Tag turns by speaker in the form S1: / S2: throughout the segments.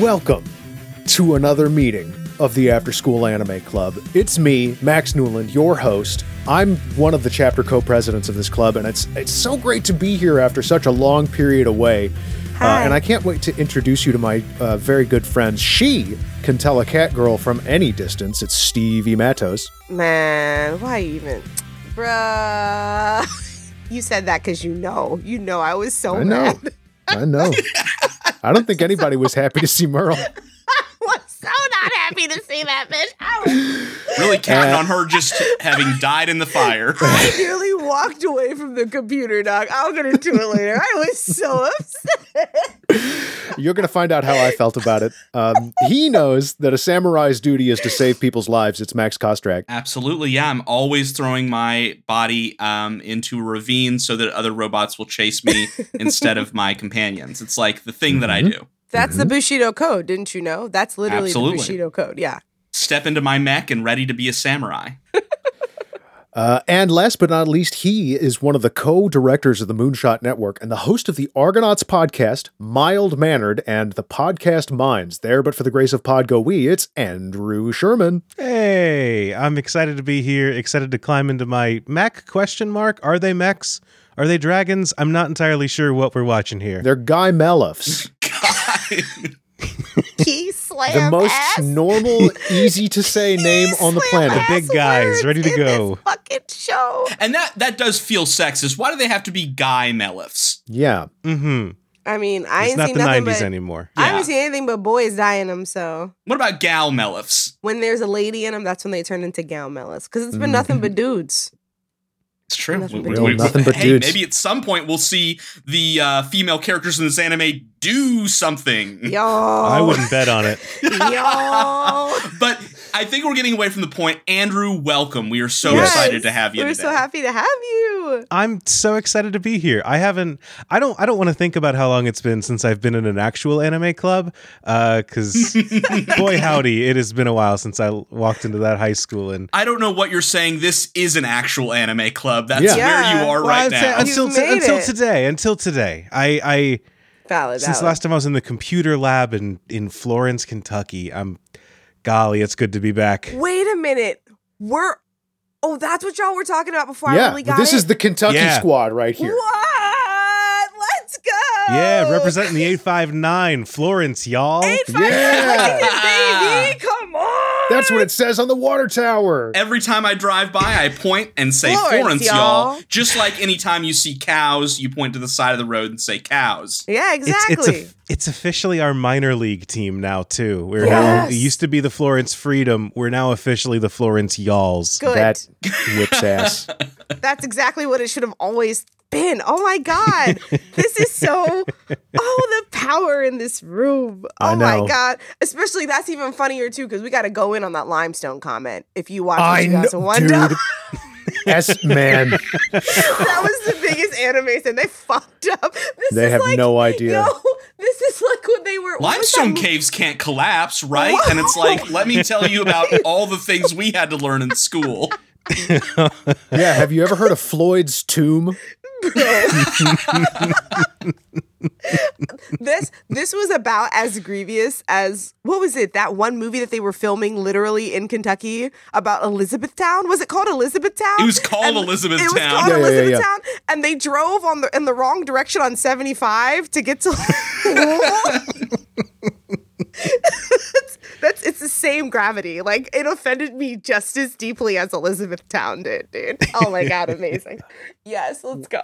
S1: Welcome to another meeting of the After School Anime Club. It's me, Max Newland, your host. I'm one of the chapter co-presidents of this club, and it's it's so great to be here after such a long period away. Uh,
S2: Hi.
S1: and I can't wait to introduce you to my uh, very good friend. She can tell a cat girl from any distance. It's Stevie Matos.
S2: Man, why you even, bruh? You said that because you know, you know, I was so
S1: I know.
S2: mad.
S1: I know. I don't think anybody was happy to see Merle.
S2: I was so not happy to see that bitch. I, was,
S3: Really counting on her just having died in the fire.
S2: I nearly walked away from the computer, dog. I'll get into it later. I was so upset.
S1: You're going to find out how I felt about it. Um, he knows that a samurai's duty is to save people's lives. It's Max Kostrak.
S3: Absolutely, yeah. I'm always throwing my body um, into ravines so that other robots will chase me instead of my companions. It's like the thing that I do.
S2: That's the Bushido code, didn't you know? That's literally
S3: Absolutely.
S2: the Bushido code. Yeah.
S3: Step into my mech and ready to be a samurai.
S1: Uh, and last but not least, he is one of the co directors of the Moonshot Network and the host of the Argonauts podcast, Mild Mannered, and the podcast Minds. There, but for the grace of Pod Go We, it's Andrew Sherman.
S4: Hey, I'm excited to be here. Excited to climb into my Mac question mark. Are they mechs? Are they dragons? I'm not entirely sure what we're watching here.
S1: They're Guy Malefs,
S2: Key slam
S1: the most
S2: ass.
S1: normal, easy to say name
S2: Key
S1: on the
S2: slam
S1: planet.
S2: ass
S4: big guys,
S2: words
S4: ready to
S2: in
S4: go.
S2: This fucking show.
S3: and that that does feel sexist. Why do they have to be guy melifs?
S1: Yeah.
S4: mm-hmm.
S2: I mean, I
S4: It's
S2: ain't
S4: not
S2: seen
S4: the
S2: nothing
S4: 90s
S2: but
S4: anymore.
S2: I haven't
S3: Yeah.
S2: seen anything but boys dying them. So
S3: What about gal melifs?
S2: when there's a lady in them, that's when they turn into gal mellas. Because it's been nothing but dudes.
S3: It's true.
S2: Nothing
S3: We-
S2: but
S3: we-
S2: dudes.
S1: Nothing but
S3: hey,
S1: dudes.
S3: maybe at some point we'll see the uh, female characters in this anime do something.
S2: Yo,
S4: I wouldn't bet on it.
S2: yo.
S3: But I think we're getting away from the point. Andrew, welcome. We are so
S2: Yes.
S3: excited to have you.
S2: We're
S3: today.
S2: so happy to have you.
S4: I'm so excited to be here. I haven't. I don't. I don't want to think about how long it's been since I've been in an actual anime club. Because boy howdy, it has been a while since I walked into that high school. And
S3: I don't know what you're saying. This is an actual anime club. That's
S1: Yeah.
S2: Yeah.
S3: where you are
S4: Well,
S3: right
S4: I'd say
S3: now.
S2: You've
S4: until to-
S2: made
S4: until
S2: it.
S4: today, until today, I I
S2: Valid.
S4: Since
S2: valid.
S4: last time I was in the computer lab in, in Florence, Kentucky, I'm golly, it's good to be back.
S2: Wait a minute. We're. Oh, that's what y'all were talking about before I
S1: Yeah.
S2: really got
S1: this
S2: it?
S1: is the Kentucky
S4: Yeah.
S1: squad right here.
S2: What? Let's go.
S4: Yeah, representing the 859 Florence, y'all.
S2: Eight five
S1: Yeah.
S2: seconds, baby. Come on.
S1: That's what it says on the water tower.
S3: Every time I drive by, I point and say
S2: Florence,
S3: Florence, y'all.
S2: y'all.
S3: Just like anytime you see cows, you point to the side of the road and say cows.
S2: Yeah,
S4: It's,
S2: exactly.
S4: it's, a, it's officially our minor league team now, too. We're now,
S2: Yes.
S4: it used to be the Florence Freedom. We're now officially the Florence Y'alls.
S2: Good.
S1: That whips ass.
S2: That's exactly what it should have always been. Oh my God. this is so, oh, the power in this room. Oh
S1: I
S2: my
S1: know.
S2: God. Especially that's even funnier too, because we got to go in on that limestone comment. If you watch
S1: I
S2: the
S1: know,
S2: 2001 doc,
S1: dude. S man,
S2: that was the biggest anime thing. They fucked up. This
S1: they
S2: is
S1: have
S2: like,
S1: no idea.
S2: No, this is like when they were. what was that
S3: Limestone
S2: mo-
S3: caves can't collapse, right? And it's like, let me tell you about all the things we had to learn in school.
S1: Yeah, have you ever heard of Floyd's tomb?
S2: this this was about as grievous as what was it that one movie that they were filming literally in Kentucky about Elizabethtown was it called Elizabethtown
S3: It was called
S2: it was called
S3: Elizabethtown.
S1: Yeah, yeah, yeah, yeah.
S2: Elizabethtown and they drove on the in the wrong direction on 75 to get to That's- that's it's the same gravity like it offended me just as deeply as Elizabethtown did dude oh my god amazing yes let's go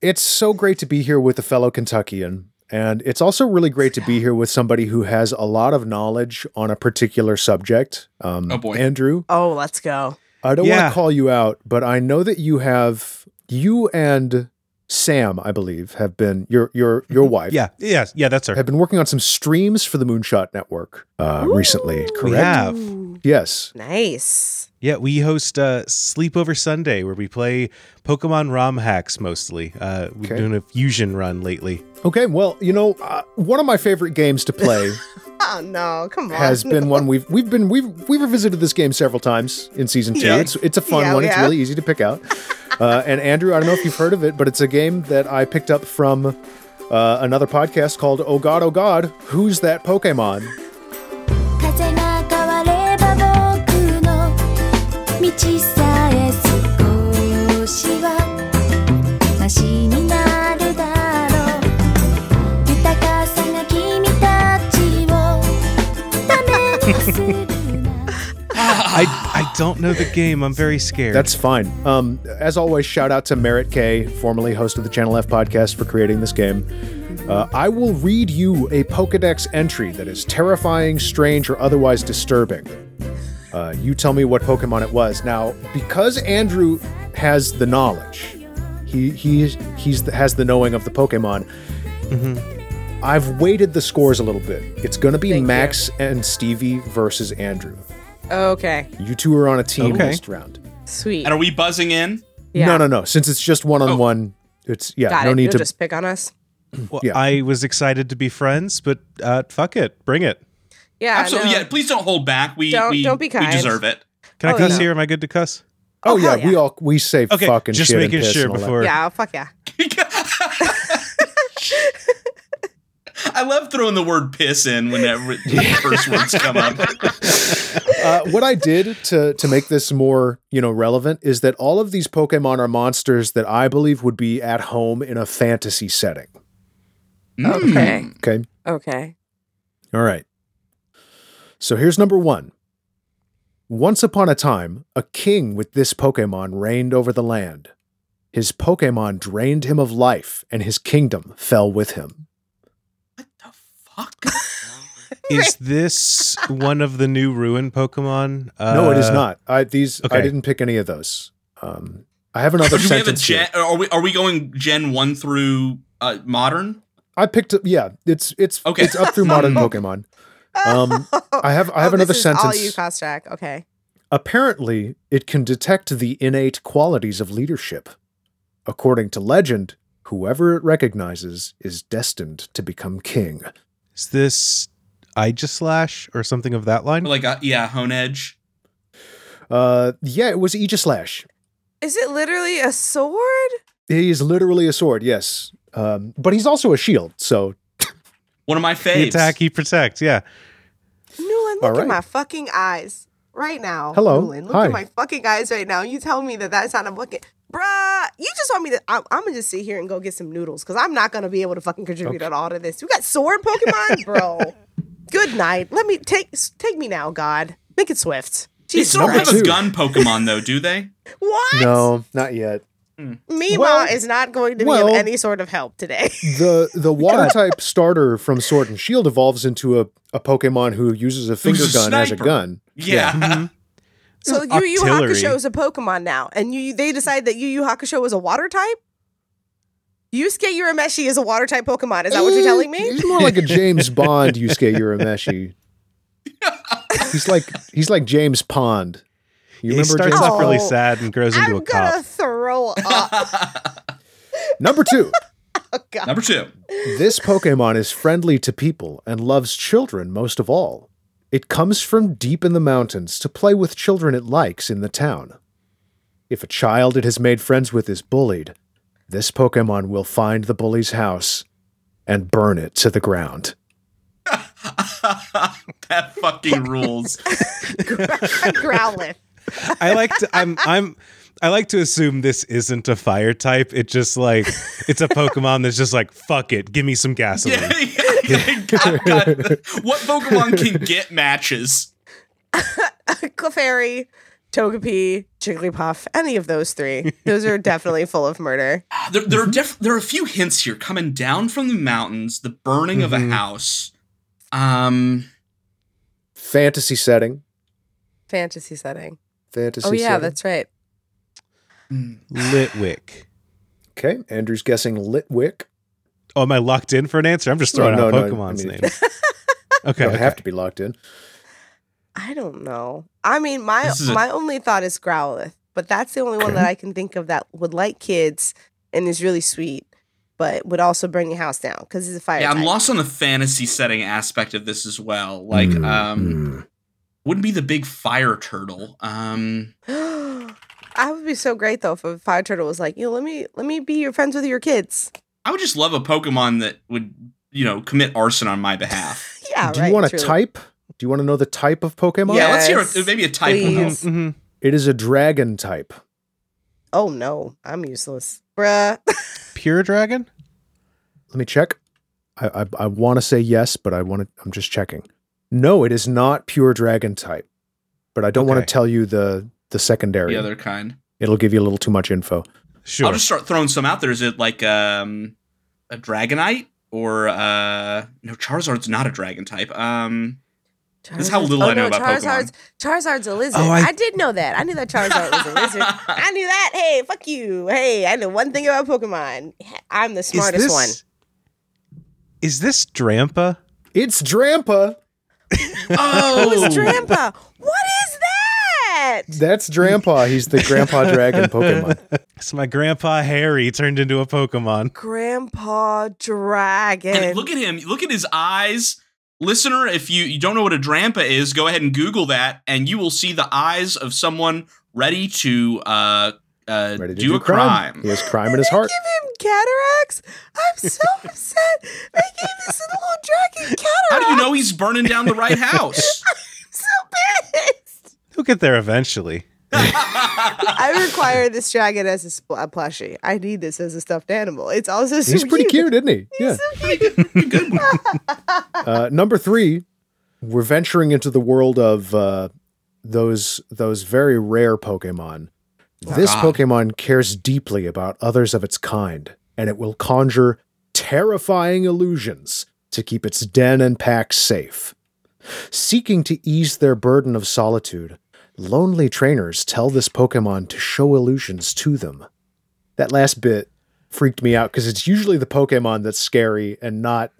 S1: It's so great to be here with a fellow Kentuckian. And it's also really great to be here with somebody who has a lot of knowledge on a particular subject. Um,
S3: Oh, boy.
S1: Andrew,
S2: oh let's go
S1: I don't want
S4: Yeah.
S1: to call you out, but I know that you have you and Sam, I believe, have been your your your wife.
S4: Yeah, yeah, yeah, that's her.
S1: have been working on some streams for the Moonshot Network uh, recently.
S4: We
S1: Correct.
S4: have.
S2: Ooh,
S1: Yes.
S2: nice
S4: Yeah, we host uh, Sleepover Sunday where we play Pokemon ROM hacks mostly. Uh, we've
S1: Okay.
S4: been doing a fusion run lately.
S1: Okay. Well, you know, uh, one of my favorite games to play
S2: Oh no, come on.
S1: has been one we've we've been we've we've revisited this game several times in season two.
S3: Yeah.
S1: It's it's a fun
S2: Yeah,
S1: one.
S2: we
S1: It's
S2: have.
S1: really easy to pick out. Uh, and Andrew, I don't know if you've heard of it, but it's a game that I picked up from uh, another podcast called Oh God, Oh God, Who's That Pokemon?
S5: 風が変われば僕の道さえ少しはマシになるだろう豊かさが君たちをためにするな
S4: I,
S2: Ah.
S4: I don't know the game. I'm very scared.
S1: That's fine. Um, as always, shout out to Merritt K, formerly host of the Channel F podcast, for creating this game. Uh, I will read you a Pokedex entry that is terrifying, strange, or otherwise disturbing. Uh, you tell me what Pokemon it was. Now, because Andrew has the knowledge, he he he's the, has the knowing of the Pokemon. I've weighted the scores a little bit. It's going to be
S2: Thank you.
S1: Max and Stevie versus Andrew.
S2: Okay.
S1: You two are on a team
S4: Okay.
S1: this round.
S2: Sweet.
S3: And are we buzzing in?
S2: Yeah. Oh.
S1: No, no, no. Since it's just one on one, it's yeah,
S2: Got
S1: no
S2: it.
S1: need
S2: You'll
S1: to.
S2: just pick on us.
S4: Well,
S1: yeah.
S4: I was excited to be friends, but uh, fuck it. Bring it.
S2: Yeah.
S3: Absolutely.
S2: no.
S3: Yeah. Please don't hold back. We
S2: Don't-
S3: we,
S2: don't be kind.
S3: we deserve it.
S4: Can
S2: Oh,
S4: I cuss
S2: yeah.
S4: here? Am I good to cuss?
S1: oh,
S2: Oh,
S1: yeah,
S2: hell yeah.
S1: we all we say
S4: Okay,
S1: fucking
S4: just
S1: shit. and
S4: making
S1: piss
S4: sure
S1: and all that.
S4: before-
S2: Yeah. oh, Fuck yeah.
S3: I love throwing the word piss in whenever the first words come up.
S1: Uh, what I did to to make this more you know relevant is that all of these Pokemon are monsters that I believe would be at home in a fantasy setting.
S3: Mm.
S2: Okay.
S1: Okay,
S2: Okay.
S1: all right. So here's number one. Once upon a time, a king with this Pokemon reigned over the land. His Pokemon drained him of life, and his kingdom fell with him.
S3: What the fuck?
S4: Is this one of the new ruined Pokemon? Uh,
S1: No, it is not. I these I
S4: okay.
S1: didn't pick any of those. Um, I have another
S3: Do we have a
S1: sentence. here.
S3: gen? Are we are we going Gen one through uh, modern?
S1: I picked. up- Yeah, it's it's
S3: Okay.
S1: it's up through modern Pokemon. Um, I have I have
S2: Oh,
S1: another
S2: this is All
S1: sentence.
S2: you, Kostak. Okay.
S1: Apparently, it can detect the innate qualities of leadership. According to legend, whoever it recognizes is destined to become king.
S4: Is this Slash or something of that line?
S3: Like a, yeah, Hone Edge.
S1: Uh, yeah, it was Aegislash.
S2: Is it literally a sword?
S1: He is literally a sword. Yes, um, but he's also a shield. So
S3: One of my faves.
S4: He attack, he protect. Yeah.
S2: Newland,
S1: All
S2: look
S1: right.
S2: at my fucking eyes right now.
S1: Hello.
S2: Newland, look
S1: Hi.
S2: at my fucking eyes right now. You tell me that that's not a bucket. Bruh, you just want me to. I'm, I'm gonna just sit here and go get some noodles because I'm not gonna be able to fucking contribute at all to this. You got sword Pokemon, bro. Good night. Let me take take me now, God. Make it swift.
S3: They
S2: Jesus
S3: still
S1: Number
S3: have
S2: Christ.
S1: two.
S3: a gun Pokemon though, do they?
S2: What?
S1: no, not yet.
S2: Meanwhile,
S1: Well-
S2: it's not going to
S1: well-
S2: be of any sort of help today.
S1: the the water type starter from Sword and Shield evolves into a, a Pokemon who uses a finger
S3: a
S1: gun as a
S3: sniper.
S1: gun.
S3: Yeah.
S1: Mm-hmm.
S2: so Yu Yu
S4: Octillery.
S2: Hakusho is a Pokemon now, and you they decide that Yu Yu Hakusho is a water type. Yusuke Urameshi is a water type Pokemon. Is that what you're telling me?
S1: He's more like a James Bond Yusuke Urameshi. he's like he's like James Pond. You
S4: he
S1: remember
S4: starts
S1: James
S4: off really
S2: Oh.
S4: sad and grows into
S2: I'm
S4: a cop.
S2: gonna throw up.
S1: Number two.
S3: Number two.
S1: This Pokemon is friendly to people and loves children most of all. It comes from deep in the mountains to play with children it likes in the town. If a child it has made friends with is bullied, this Pokemon will find the bully's house and burn it to the ground.
S3: that fucking rules.
S2: Growlithe.
S4: I like to I'm I'm I like to assume this isn't a fire type. It just like it's a Pokemon that's just like fuck it, give me some gasoline.
S3: yeah, yeah, God, God. What Pokemon can get matches?
S2: Clefairy, Togepi, Jigglypuff, any of those three. Those are definitely full of murder.
S3: There, there
S1: Mm-hmm.
S3: are def- there are a few hints here coming down from the mountains, the burning of a
S1: Mm-hmm.
S4: Mhm.
S3: house. Um,
S1: Fantasy setting.
S2: Fantasy setting.
S1: Fantasy
S2: Oh yeah,
S1: setting.
S2: that's right.
S1: Mm.
S4: Litwick.
S1: okay. Andrew's guessing Litwick.
S4: Oh, am I locked in for an answer? I'm just throwing
S1: No,
S4: out
S1: no, no,
S4: Pokemon's
S1: I mean-
S4: name. Okay.
S1: Don't
S4: okay.
S1: have to be locked in.
S2: I don't know. I mean, my
S3: This is a-
S2: my only thought is Growlithe, but that's the only one that I can think of that would like kids and is really sweet, but would also burn your house down because he's a fire.
S3: yeah, I'm
S2: type.
S3: lost on the fantasy setting aspect of this as well. Like,
S1: Mm,
S3: um,
S1: mm.
S3: wouldn't be the big fire turtle. Um,
S2: I would be so great though if a fire turtle was like, you know, let me let me be your friends with your kids.
S3: I would just love a Pokemon that would, you know, commit arson on my behalf.
S2: Yeah,
S1: Do
S2: right.
S1: you want to
S2: true.
S1: type? Do you want to know the type of Pokemon?
S3: yeah, let's hear
S2: Yes,
S3: a, maybe a type will help.
S2: please.
S4: Mhm.
S1: It is a dragon type.
S2: Oh no, I'm useless, bruh.
S4: Pure dragon?
S1: Let me check. I I, I want to say yes, but I want to. I'm just checking. No, it is not pure dragon type. But I don't want
S4: Okay.
S1: to tell you the the secondary.
S3: The other kind.
S1: It'll give you a little too much info.
S4: Sure.
S3: I'll just start throwing some out there. Is it like um, a Dragonite or uh, no? Charizard's not a dragon type. Um, That's how little I know about
S2: Oh, Charizard's, Charizard's a lizard.
S4: Oh,
S2: I...
S4: I-
S2: did know that. I knew that Charizard was a lizard. I knew that. Hey, fuck you. Hey, I know one thing about Pokemon. I'm the smartest one.
S4: Is this Drampa?
S1: It's Drampa.
S3: oh,
S2: Who's Drampa? What is that?
S1: That's Drampa. He's the Grandpa Dragon Pokemon.
S4: It's my grandpa Harry turned into a Pokemon.
S2: Grandpa Dragon.
S3: And look at him. Look at his eyes. Listener, if you, you don't know what a Drampa is, go ahead and Google that, and you will see the eyes of someone ready to uh, uh,
S1: Ready to
S3: do, a crime.
S1: He has crime in his heart.
S2: Give him cataracts. I'm so upset. They gave this little dragon cataracts.
S3: How do you know he's burning down the right house?
S2: so pissed.
S4: He'll get there eventually.
S2: I require this dragon as a, spl- a plushie. I need this as a stuffed animal. It's also so
S1: He's pretty cute, isn't he? Yeah.
S3: Good one.
S1: Uh, number three, we're venturing into the world of uh, those those very rare Pokemon. this
S3: Oh, God.
S1: Pokemon cares deeply about others of its kind, and it will conjure terrifying illusions to keep its den and pack safe. Seeking to ease their burden of solitude, lonely trainers tell this Pokemon to show illusions to them. That last bit freaked me out because it's usually the Pokemon that's scary and not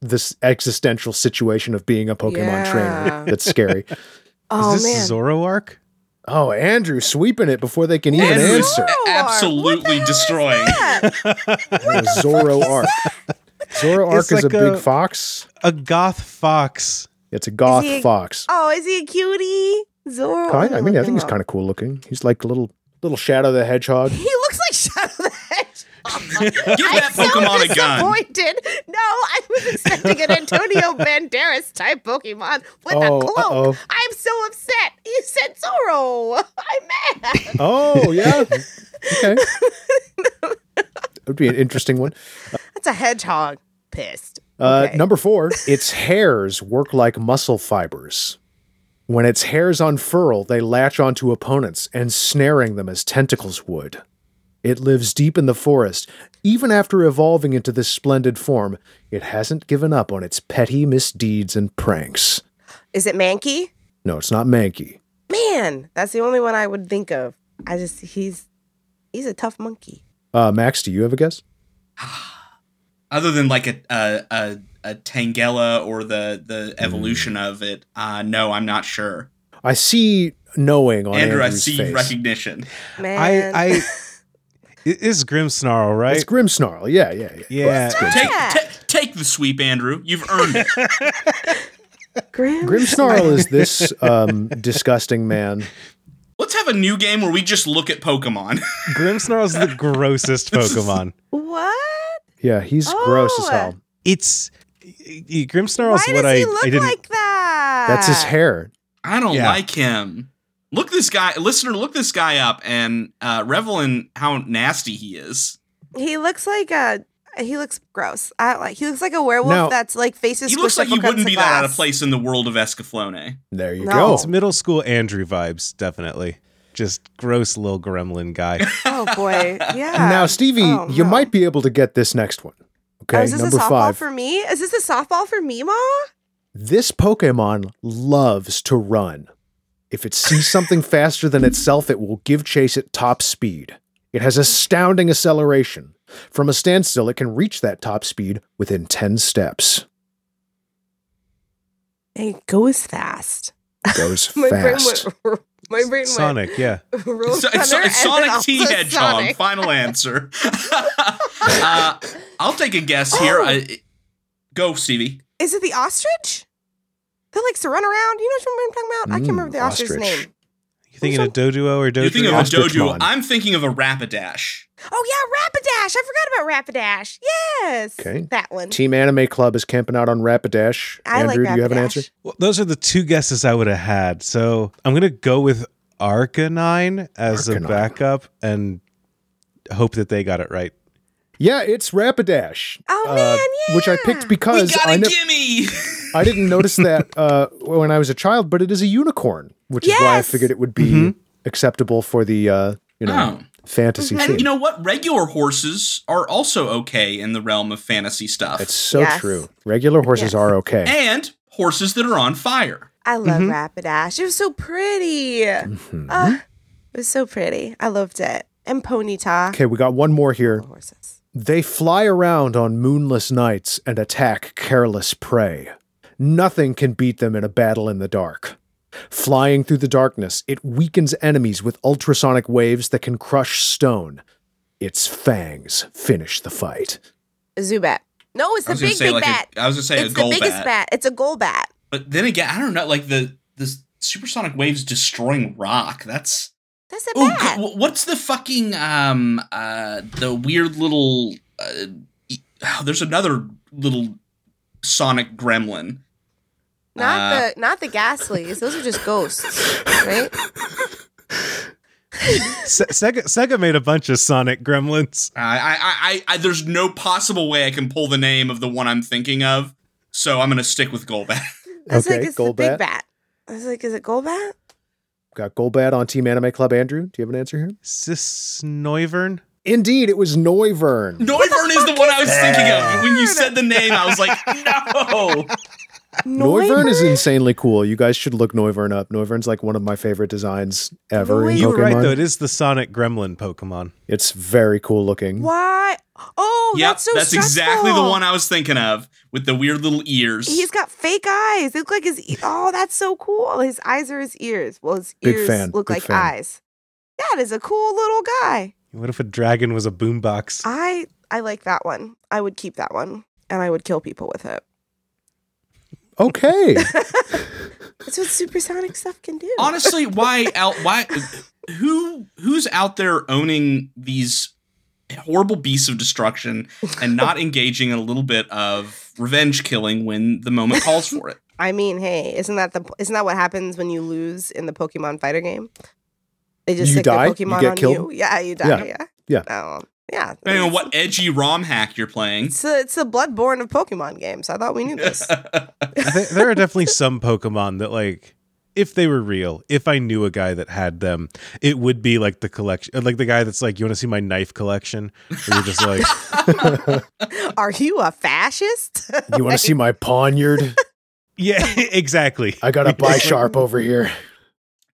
S1: this existential situation of being a Pokemon
S2: Yeah.
S1: trainer that's scary.
S2: Oh
S4: is
S2: man.
S4: this Zoroark?
S1: Oh, Andrew sweeping it before they can even
S3: Andrew's
S1: answer.
S3: absolutely destroying.
S2: Yeah.
S1: Zoroark. Zoroark
S4: It's
S1: is
S4: like
S1: a big
S4: a-
S1: fox.
S4: A goth fox.
S1: It's a goth
S2: he a-
S1: fox.
S2: Oh, is he a cutie? Zoro. Oh.
S1: Kind- I mean, I think he's kind of cool looking. He's like a little little Shadow the Hedgehog.
S2: He looks like Shadow the Hedgehog.
S3: Give that Pokemon a gun.
S2: disappointed. No, I was expecting an Antonio Banderas type Pokemon with
S1: Oh,
S2: a cloak.
S1: uh-oh.
S2: I'm so upset. You said Zoro. I'm mad.
S1: Oh yeah, okay. That would be an interesting one.
S2: That's a hedgehog. Pissed.
S1: Uh,
S2: Okay.
S1: Number four, its hairs work like muscle fibers. When its hairs unfurl, they latch onto opponents, ensnaring them as tentacles would. It lives deep in the forest. Even after evolving into this splendid form, it hasn't given up on its petty misdeeds and pranks.
S2: Is it Mankey?
S1: No, it's not Mankey.
S2: Man, that's the only one I would think of. I just he's he's a tough monkey.
S1: Uh, Max, do you have a guess?
S3: Other than like a a, a, a Tangela or the the
S1: Mm.
S3: evolution of it, uh, no, I'm not sure.
S1: I see knowing on
S3: Andrew, I
S1: Andrew's
S3: see
S1: face.
S3: recognition.
S2: Man,
S4: I I it is Grimmsnarl, right?
S1: It's Grimmsnarl. Yeah, yeah, yeah.
S4: yeah.
S3: Take,
S2: Yeah.
S3: ta- take the sweep, Andrew. You've earned it.
S2: Grim.
S1: Grimmsnarl is this um, disgusting man.
S3: Let's have a new game where we just look at Pokemon.
S4: Grimmsnarl's the grossest Pokemon.
S2: What?
S1: Yeah, he's
S2: Oh,
S1: gross as hell.
S4: It's y- y- Grimmsnarl's
S2: Why
S4: what
S2: does
S4: I
S2: he look
S4: I didn't
S2: like that?
S1: That's his hair.
S3: I don't
S4: Yeah.
S3: like him. Look this guy, listener. Look this guy up and uh, revel in how nasty he is.
S2: He looks like a. He looks gross. I don't like. He looks like a werewolf
S1: Now-
S2: that's like faces.
S3: he looks
S2: squished
S3: like
S2: up
S3: he wouldn't
S2: against
S3: be
S2: a
S3: that out of
S2: glass.
S3: place in the world of Escaflowne.
S1: There you
S2: No.
S1: go.
S4: It's middle school Andrew vibes, definitely. Just gross little gremlin guy.
S2: Oh boy, yeah.
S1: now, Stevie,
S2: Oh,
S1: you
S2: no.
S1: might be able to get this next one. Okay,
S2: Oh, is this
S1: number
S2: a softball
S1: five.
S2: for me? Is this a softball for me, Ma?
S1: This Pokemon loves to run. If it sees something faster than itself, it will give chase at top speed. It has astounding acceleration. From a standstill, it can reach that top speed within 10 steps.
S2: It goes fast.
S1: Goes
S2: My
S1: fast.
S2: brain went. My brain
S4: Sonic, yeah.
S2: went.
S3: So-
S2: Roadrunner
S3: so- it's
S2: and then
S3: Sonic T
S2: also
S3: Hedgehog.
S2: Sonic.
S3: Final answer. uh, I'll take a guess here.
S2: Oh.
S3: I, go, Stevie.
S2: Is it the ostrich? That likes to run around. You know what I'm talking about? I can't
S1: Mm,
S2: remember the ostrich's
S1: ostrich.
S2: name.
S4: You thinking of Doduo or Doduo?
S3: You think of a
S1: Ostrich
S3: dojo.
S1: mon.
S3: I'm thinking of a rapidash.
S2: Oh yeah, Rapidash. I forgot about Rapidash. Yes.
S1: Okay.
S2: That one.
S1: Team Anime Club is camping out on Rapidash.
S2: I
S1: Andrew,
S2: like Rapidash.
S1: do you have an answer?
S4: Well, those are the two guesses I would have had. So I'm gonna go with Arcanine as
S1: Arcanine.
S4: a backup and hope that they got it right.
S1: Yeah, it's Rapidash.
S2: Oh,
S1: uh,
S2: man,
S1: Which I
S2: yeah.
S1: picked
S3: We
S1: because
S3: got
S1: I,
S3: a
S1: nev-
S3: gimme.
S1: I didn't notice that uh, when I was a child, but it is a unicorn, which is why I
S2: Yes.
S1: figured it would be acceptable for the uh, you know
S3: Mm-hmm. Oh.
S1: fantasy
S2: Mm-hmm.
S1: scene.
S3: and you know what? Regular horses are also okay in the realm of fantasy stuff.
S1: That's so
S2: Yes.
S1: true. Regular horses
S2: Yes.
S1: are okay.
S3: and horses that are on fire.
S2: I love
S1: Mm-hmm.
S2: Rapidash. It was so pretty. Ah, it was so pretty. I loved it. And Ponyta.
S1: Okay, we got one more here.
S2: Horses.
S1: They fly around on moonless nights and attack careless prey. Nothing can beat them in a battle in the dark. Flying through the darkness, it weakens enemies with ultrasonic waves that can crush stone. Its fangs finish the fight.
S2: Zubat. No, it's the
S3: I was gonna
S2: big,
S3: say
S2: big
S3: like
S2: bat.
S3: a, I was gonna say
S2: it's
S3: a
S2: the
S3: goal
S2: biggest
S3: bat.
S2: bat. It's a goal bat.
S3: But then again, I don't know. Like the the supersonic waves destroying rock. That's
S2: That's a
S3: oh,
S2: bat.
S3: go- wh- what's the fucking um uh the weird little uh, e- oh, there's another little sonic gremlin.
S2: Not
S3: Uh,
S2: the not the ghastlies. Those are just ghosts, right?
S4: Se- Sega, Sega made a bunch of Sonic Gremlins.
S3: I, I, I, I, there's no possible way I can pull the name of the one I'm thinking of, so I'm gonna stick with Golbat.
S2: I was
S1: Okay,
S2: like, it's
S1: goal
S2: the big
S1: bat.
S2: bat. I was like, is it goal bat?
S1: Got Golbat on Team Anime Club. Andrew, do you have an answer here?
S4: Cisnoivern.
S1: Indeed, it was Noivern.
S3: Noivern is the one I was thinking of. When you said the name, I was like, no.
S1: Noivern is insanely cool. You guys should look Noivern up. Noivern's like one of my favorite designs ever in
S2: Noivern.
S1: Pokemon.
S4: You were right though. It is the Sonic Gremlin Pokemon.
S1: It's very cool looking.
S2: Why? Oh,
S3: yep,
S2: that's so
S3: that's exactly the
S2: stressful.
S3: one I was thinking of with the weird little ears.
S2: He's got fake eyes. They look like his. E- oh, that's so cool. His eyes are his ears. Well, his
S1: Big
S2: ears
S1: fan,
S2: look
S1: big
S2: like
S1: fan.
S2: eyes. That is a cool little guy.
S4: What if a dragon was a boombox?
S2: I I like that one. I would keep that one, and I would kill people with it.
S1: Okay.
S2: That's what supersonic stuff can do.
S3: Honestly, why out? Why who who's out there owning these horrible beasts of destruction and not engaging in a little bit of revenge killing when the moment calls for it?
S2: I mean, hey, isn't that the isn't that what happens when you lose in the Pokemon fighter game? They just
S1: You
S2: stick
S1: die?
S2: their
S1: You
S2: Pokemon
S1: get
S2: on
S1: killed?
S2: you. Yeah, you die. Yeah.
S1: Yeah.
S2: Oh, yeah.
S3: Depending on what edgy ROM hack you're playing.
S2: It's a, it's a bloodborne of Pokemon games. I thought we knew this.
S4: Th- there are definitely some Pokemon that like if they were real, if I knew a guy that had them, it would be like the collection, uh, like the guy that's like, "You want to see my knife collection?" And you're just like,
S2: Are you a fascist?
S1: You want to see my poniard?
S4: "Yeah, exactly."
S1: I got a buy sharp over here.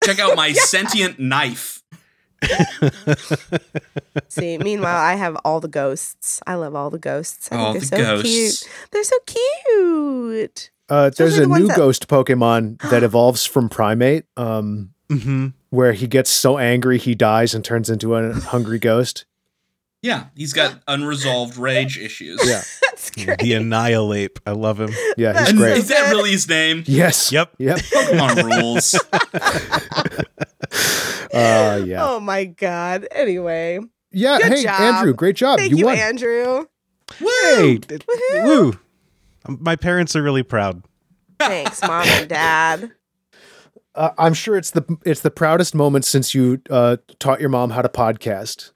S3: Check out my sentient knife.
S2: See, meanwhile, I have all the ghosts. I love all the ghosts. I
S3: Oh,
S2: think
S3: the
S2: they're so
S3: ghosts.
S2: cute. They're so cute.
S1: Uh, there's
S2: are the
S1: a
S2: ones
S1: new
S2: that-
S1: ghost Pokemon that evolves from primate, um,
S4: hmm
S1: where he gets so angry he dies and turns into a hungry ghost.
S3: Yeah, he's got unresolved rage issues.
S1: Yeah,
S2: That's
S1: Mm.
S2: great.
S4: The Annihilate. I love him.
S1: yeah, he's
S3: And
S1: great.
S3: Is that really his name?
S1: Yes.
S4: Yep.
S1: Yep.
S3: Pokemon rules.
S1: Uh, yeah.
S2: Oh my god. Anyway,
S1: yeah.
S2: good
S1: Hey,
S2: job.
S1: Andrew, great job.
S2: thank
S1: you,
S2: you,
S1: won.
S2: Andrew.
S4: Hey, d- woo! Um, My parents are really proud.
S2: Thanks, mom and dad.
S1: Uh, I'm sure it's the it's the proudest moment since you uh, taught your mom how to podcast,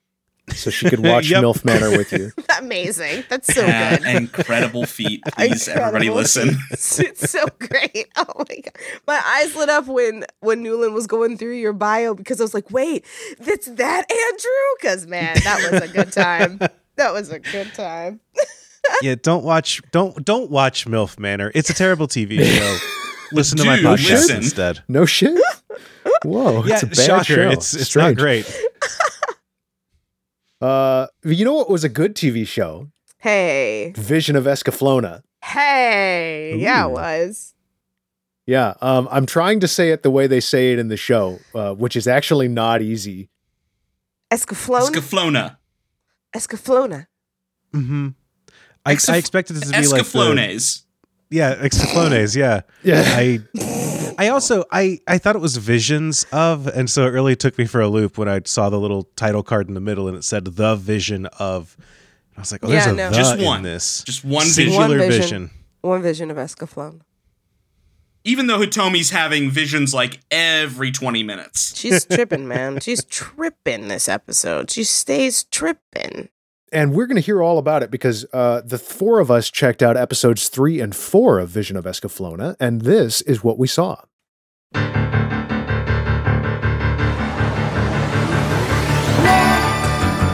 S1: so she could watch
S4: Yep.
S1: MILF Manor with you.
S2: Amazing. That's so
S3: Yeah,
S2: good.
S3: incredible feat. Please, everybody
S2: Incredible.
S3: listen.
S2: It's, it's so great. Oh my god, my eyes lit up when when Newland was going through your bio because I was like, wait, that's that Andrew? Because man, that was a good time. that was a good time.
S4: Yeah, don't watch, don't don't watch MILF Manor. It's a terrible TV show. listen to my
S3: Dude,
S4: podcast
S3: listen.
S4: instead.
S1: No shit. Whoa, Oh, it's a bad
S4: shocker.
S1: show.
S4: It's it's
S1: Strange.
S4: not great.
S1: Uh, you know what was a good TV show?
S2: Hey,
S1: Vision of Escaflowne.
S2: hey, yeah, it
S1: Ooh.
S2: was.
S1: Yeah, um, I'm trying to say it the way they say it in the show, uh, which is actually not easy.
S2: Escaflowne.
S3: Escaflona.
S2: Escaflowne.
S4: hmm I,
S3: Exif-
S4: I expected it to be like the-
S3: Escaflones.
S4: yeah, Exaflones. Yeah,
S1: Yeah,
S4: I I also I I thought it was visions of, and so it really took me for a loop when I saw the little title card in the middle and it said the vision of. I was like, oh, there's
S2: Yeah,
S4: a
S2: no.
S4: the
S3: Just
S4: in
S3: one.
S4: this.
S3: Just one vision.
S4: singular
S2: One vision.
S4: vision.
S2: One vision of Escaflowne.
S3: Even though Hitomi's having visions like every 20 minutes.
S2: She's tripping, man. She's tripping this episode. She stays tripping.
S1: and we're going to hear all about it because uh, the four of us checked out episodes three and four of Vision of Escaflowne, and this is what we saw.
S5: 「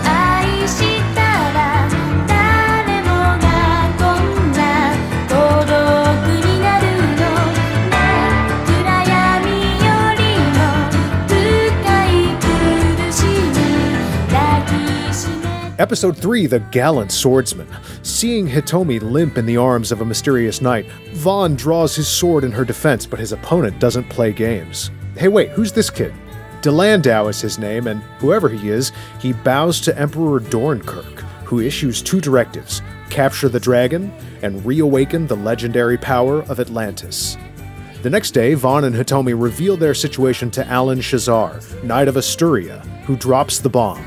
S5: 愛したら誰もがこんな孤独になるの」「暗闇よりも深い苦しみ抱きしめて」
S1: Episode 3 The Gallant Swordsman. Seeing Hitomi limp in the arms of a mysterious knight, Vaughn draws his sword in her defense, but his opponent doesn't play games. Hey, wait, who's this kid? Delandau is his name, and whoever he is, he bows to Emperor Dornkirk, who issues two directives capture the dragon and reawaken the legendary power of Atlantis. The next day, Vaughn and Hitomi reveal their situation to Alan Shazar, Knight of Asturia, who drops the bomb.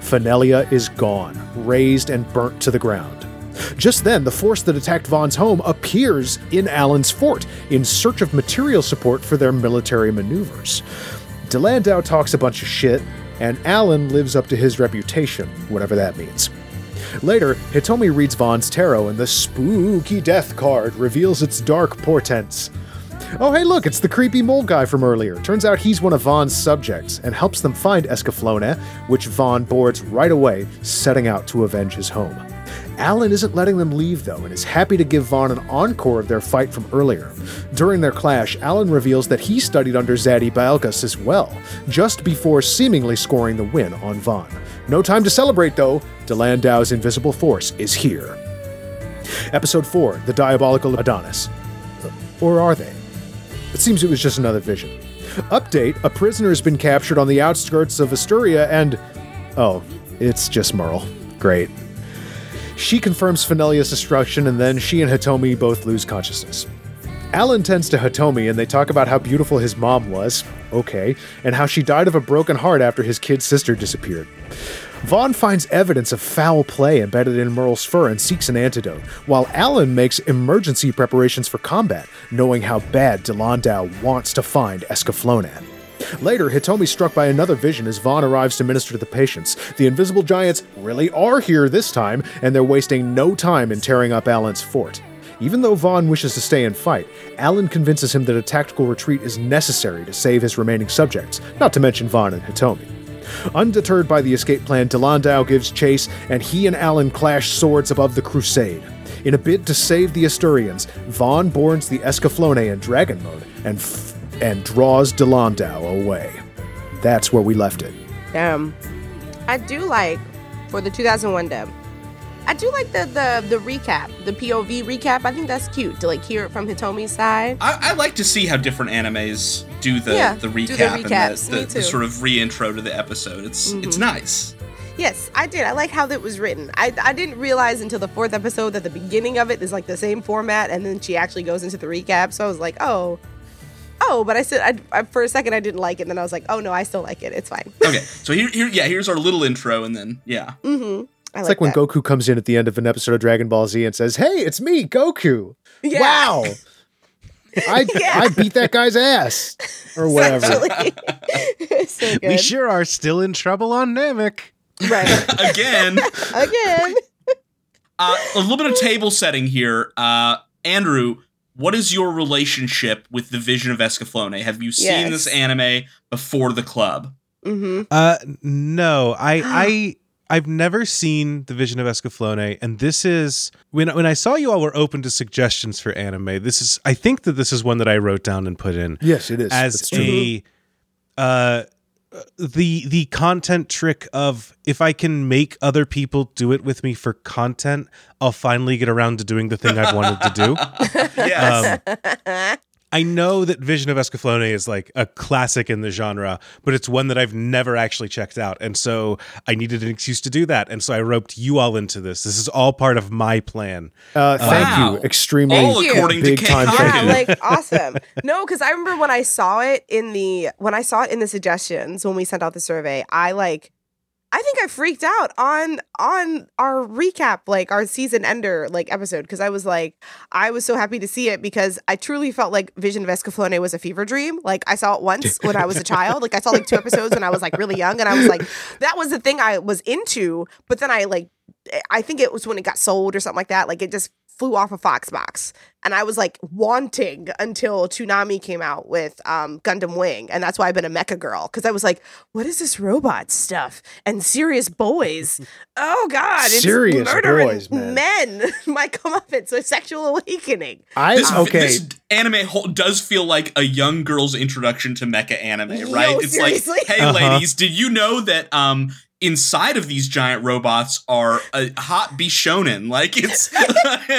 S1: Fenelia is gone, razed and burnt to the ground. Just then, the force that attacked Vaughn's home appears in Alan's fort in search of material support for their military maneuvers. Delandau talks a bunch of shit, and Alan lives up to his reputation, whatever that means. Later, Hitomi reads Vaughn's tarot, and the spooky death card reveals its dark portents. Oh, hey, look, it's the creepy mole guy from earlier. Turns out he's one of Vaughn's subjects and helps them find Escaflowne, which Vaughn boards right away, setting out to avenge his home. Alan isn't letting them leave, though, and is happy to give Vaughn an encore of their fight from earlier. During their clash, Alan reveals that he studied under Zaddy Balkas as well, just before seemingly scoring the win on Vaughn. No time to celebrate, though. Delandau's invisible force is here. Episode 4 The Diabolical Adonis. Or are they? It seems it was just another vision. Update A prisoner has been captured on the outskirts of Asturia and. Oh, it's just Merle. Great. She confirms Fenelia's destruction, and then she and Hitomi both lose consciousness. Alan tends to Hitomi, and they talk about how beautiful his mom was, okay, and how she died of a broken heart after his kid sister disappeared. Vaughn finds evidence of foul play embedded in Merle's fur and seeks an antidote, while Alan makes emergency preparations for combat, knowing how bad Delandau wants to find Escaflowne. Later, Hitomi's struck by another vision as Vaughn arrives to minister to the patients. The invisible giants really are here this time, and they're wasting no time in tearing up Alan's fort. Even though Vaughn wishes to stay and fight, Alan convinces him that a tactical retreat is necessary to save his remaining subjects, not to mention Vaughn and Hitomi. Undeterred by the escape plan, Delandau gives chase, and he and Alan clash swords above the crusade. In a bid to save the Asturians, Vaughn boards the Escaflowne in dragon mode and f- and draws Delandau away. That's where we left it.
S2: Damn. I do like for the 2001 dub. I do like the the the recap, the POV recap. I think that's cute to like hear it from Hitomi's side.
S3: I, I like to see how different animes do the,
S2: Yeah,
S3: the
S2: do the
S3: recap and
S2: recaps.
S3: the,
S2: Me
S3: the, the
S2: too. Mm-hmm.
S3: sort of reintro to the episode. It's it's nice.
S2: Yes, I did. I like how that was written. I, I didn't realize until the fourth episode that the beginning of it is like the same format, and then she actually goes into the recap. So I was like, oh, oh. But I said, I, I, for a second, I didn't like it. And then I was like, oh no, I still like it. It's fine.
S3: Okay, so here, here, yeah, here's our little intro, and then yeah,
S2: mm-hmm. I
S1: It's like, when Goku comes in at the end of an episode of Dragon Ball Z and says, "Hey, it's me, Goku!
S2: Yeah.
S1: Wow, I
S2: Yeah.
S1: I beat that guy's ass or whatever."
S2: Essentially. It's so
S4: We
S2: good.
S4: sure are still in trouble on Namek.
S2: right
S3: again,
S2: again.
S3: uh, a little bit of table setting here. Uh, Andrew, what is your relationship with the Vision of Escaflowne? Have you seen
S2: Yes.
S3: this anime before the club?
S2: Mm-hmm.
S4: Uh, no, I, I, I've never seen the Vision of Escaflowne, and this is when when I saw you all were open to suggestions for anime. This is, I think that this is one that I wrote down and put in
S1: Yes, it is. That's
S4: as a, uh, the the content trick of if I can make other people do it with me for content, I'll finally get around to doing the thing I've wanted to do.
S3: Yes.
S4: Um, I know that Vision of Escaflowne is like a classic in the genre, but it's one that I've never actually checked out. And so I needed an excuse to do that. And so I roped you all into this. This is all part of my plan.
S1: Uh, thank
S3: Wow.
S1: you. Extremely
S3: All
S2: Thank you.
S3: according to
S1: big
S3: Kate
S1: time.
S3: Hudson.
S1: Thank
S2: Yeah,
S1: you.
S2: like awesome. No, because I remember when I saw it in the when I saw it in the suggestions when we sent out the survey, I like I think I freaked out on on our recap, like our season ender like episode, because I was like, I was so happy to see it because I truly felt like Vision of Escaflowne was a fever dream. Like I saw it once when I was a child. Like I saw like two episodes when I was like really young, and I was like, that was the thing I was into. But then I like, I think it was when it got sold or something like that. Like it just flew off a Fox box, and I was like wanting until Toonami came out with um, Gundam Wing, and that's why I've been a mecha girl because I was like, what is this robot stuff and serious boys? Oh God, it's
S1: Serious
S2: murdering
S1: boys, man.
S2: Men, my comeuppance, a sexual awakening.
S1: I
S3: This,
S1: okay.
S3: this anime ho- does feel like a young girl's introduction to mecha anime, right?
S2: Yo,
S3: it's
S2: seriously?
S3: like, hey,
S4: Uh-huh.
S3: ladies, did you know that um, inside of these giant robots are a hot bishonen? Like, it's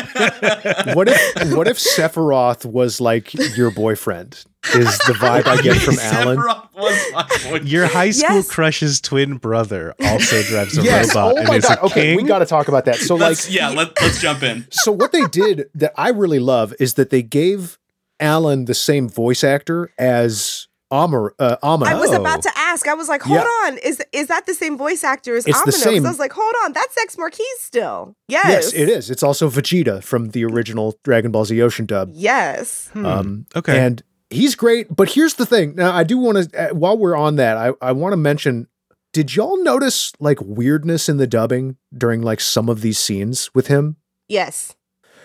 S1: what if what if Sephiroth was like your boyfriend? Is the vibe I get from Alan?
S3: Sephiroth was my boy.
S4: Your high school
S2: Yes.
S4: crush's twin brother also drives a robot
S1: Oh
S4: and
S1: my
S4: is
S1: god.
S4: a
S1: Okay, we
S4: king.
S1: got to talk about that. So like,
S3: Let's, yeah, let, let's jump in.
S1: so what they did that I really love is that they gave Alan the same voice actor as Amar uh, Amina.
S2: I was
S4: Oh.
S2: about to ask. I was like, hold
S1: Yeah.
S2: on, is is that the same voice actor as
S1: It's the
S2: Amino? 'Cause
S1: same.
S2: I was like, hold on, that's Ex Marquis still. Yes.
S1: yes, it is. It's also Vegeta from the original Dragon Ball Z Ocean dub.
S2: Yes.
S4: Hmm.
S1: Um,
S4: okay.
S1: And he's great. But here's the thing. Now, I do want to, uh, while we're on that, I, I want to mention did y'all notice like weirdness in the dubbing during like some of these scenes with him?
S2: Yes.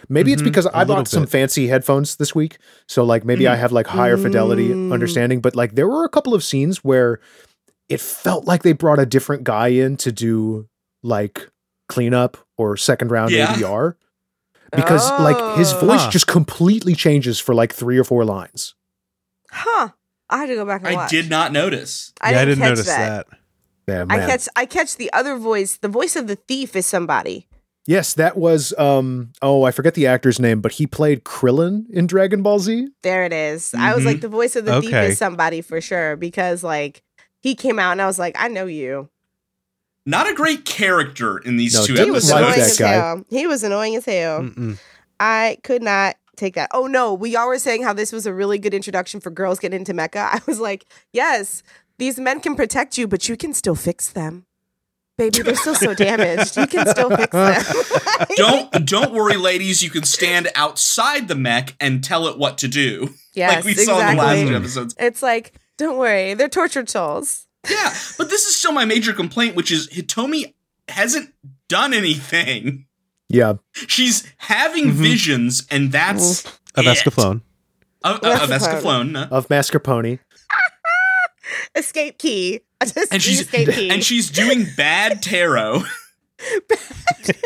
S1: Maybe it's
S4: Mhm,
S1: because
S4: a
S1: I
S4: little
S1: bought some
S4: bit.
S1: fancy headphones this week. So like maybe I have like higher fidelity
S2: Mm.
S1: understanding. But like there were a couple of scenes where it felt like they brought a different guy in to do like cleanup or second round
S3: Yeah.
S1: ADR. Because like his
S2: Oh.
S1: voice
S4: Huh.
S1: just completely changes for like three or four lines.
S2: Huh. I had to go back and
S3: I
S2: watch.
S3: did not notice.
S2: I didn't,
S4: yeah, I didn't
S2: catch
S4: notice
S2: that.
S4: that.
S1: Yeah,
S2: I
S1: man.
S2: catch I catch the other voice. The voice of the thief is somebody.
S1: Yes, that was um oh, I forget the actor's name, but he played Krillin in Dragon Ball Z.
S2: There it is. I was
S3: Mm-hmm.
S2: like, the voice of the thief
S4: Okay.
S2: is somebody for sure because like he came out and I was like, I know you.
S3: Not a great character in these
S1: No,
S3: two
S1: didn't
S2: He was
S3: episodes.
S1: like
S2: annoying
S1: that
S2: as
S1: guy.
S2: hell. He was annoying as hell.
S4: Mm-mm.
S2: I could not take that. Oh no, we all were saying how this was a really good introduction for girls getting into Mecca. I was like, yes, these men can protect you, but you can still fix them. Baby, they're still so damaged. You can still fix them.
S3: Don't don't worry, ladies. You can stand outside the mech and tell it what to do,
S2: yes,
S3: like we
S2: exactly.
S3: saw in the last two episodes.
S2: It's like, don't worry, they're torture tools.
S3: Yeah, but this is still my major complaint, which is Hitomi hasn't done anything.
S1: Yeah.
S3: She's having
S1: Mm-hmm.
S3: visions, and that's
S4: Of
S3: it.
S4: Escaflowne.
S3: of, of, of
S2: Escaflowne.
S3: Escaflowne.
S1: Of Mascarpone.
S2: Escape key. I just
S3: And
S2: and
S3: she's
S2: escape key.
S3: and she's doing bad tarot.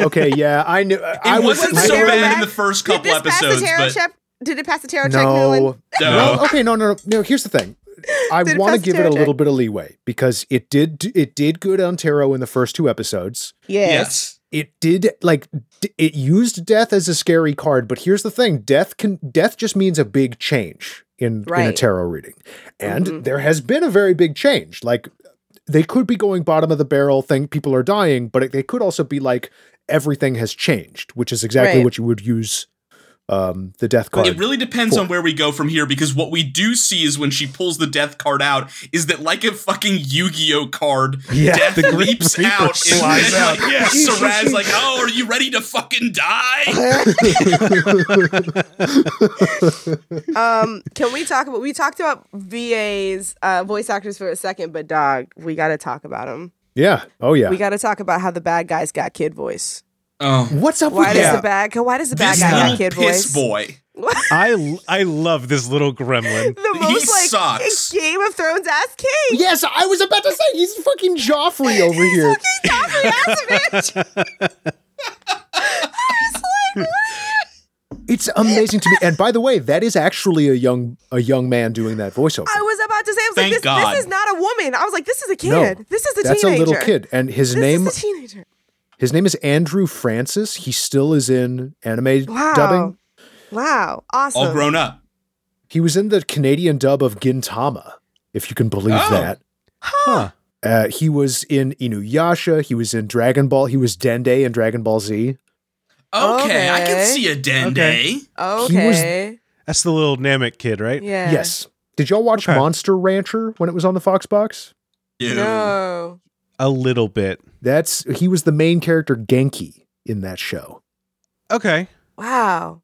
S1: Okay, yeah, I knew I- I
S3: It
S1: was
S3: wasn't
S2: like-
S3: so
S2: Tarot
S3: bad in
S2: back?
S3: the first
S2: Did
S3: couple
S2: this pass the
S3: episodes,
S2: tarot
S3: but
S2: check? Did it pass the tarot check, Nolan?
S1: No.
S3: no.
S1: Well, okay, no, no, no, no. Here's the thing. I
S2: Did it
S1: want to
S2: pass the
S1: give it a
S2: tarot
S1: little
S2: check?
S1: bit of leeway because it did do- it did good on tarot in the first two episodes.
S2: Yes.
S3: yes.
S1: It did like d- it used death as a scary card, but here's the thing: death can death just means a big change in in a
S2: Right.
S1: tarot reading, and
S2: Mhm.
S1: there has been a very big change. Like they could be going bottom of the barrel, thing people are dying, but it, they could also be like everything has changed, which is exactly
S2: Right.
S1: what you would use um, the death card.
S3: It really depends
S1: Four.
S3: on where we go from here because what we do see is when she pulls the death card out is that like a fucking Yu-Gi-Oh card,
S1: Yeah,
S3: death
S4: the Grim
S3: leaps
S4: Reaper
S3: out
S4: slides
S3: and
S4: out.
S3: Like, yeah, Sarai's like, "Oh, are you ready to fucking die?"
S2: um, can we talk about? We talked about VA's uh, voice actors for a second, but dog, we got to talk about them.
S1: yeah. Oh yeah.
S2: We got to talk about how the bad guys got kid voice.
S3: Oh,
S1: What's up
S2: Why
S1: with
S2: does
S1: that?
S2: the bad? Why does the bad
S3: this
S2: guy
S3: little
S2: got kid
S3: piss
S2: voice?
S3: boy.
S4: I, I love this little gremlin.
S2: The most like
S3: sucks.
S2: Game of Thrones ass king.
S1: Yes, I was about to say he's fucking Joffrey over here.
S2: He's Joffrey ass bitch.
S1: It's amazing to me. And by the way, that is actually a young a young man doing that voiceover.
S2: I was about to say, I was
S3: Thank
S2: like, this,
S3: God.
S2: this is not a woman. I was like, this is a kid.
S1: No,
S2: this is a
S1: That's
S2: teenager.
S1: a little kid, and his
S2: This
S1: name
S2: is a teenager.
S1: his name is Andrew Francis. He still is in anime
S2: Wow.
S1: dubbing.
S2: Wow. Awesome.
S3: All grown up.
S1: He was in the Canadian dub of Gintama, if you can believe
S3: Oh.
S1: that.
S4: Huh.
S1: Uh, he was in Inuyasha. He was in Dragon Ball. He was Dende in Dragon Ball Z.
S3: Okay, I can
S2: Okay.
S3: see a Dende.
S4: Okay.
S2: Okay.
S4: That's the little Namek kid, right?
S2: yeah.
S1: Yes. Did y'all watch
S4: Okay.
S1: Monster Rancher when it was on the Fox box?
S3: Ew.
S2: No.
S4: A little bit.
S1: That's he was the main character Genki in that show,
S4: Okay.
S2: Wow.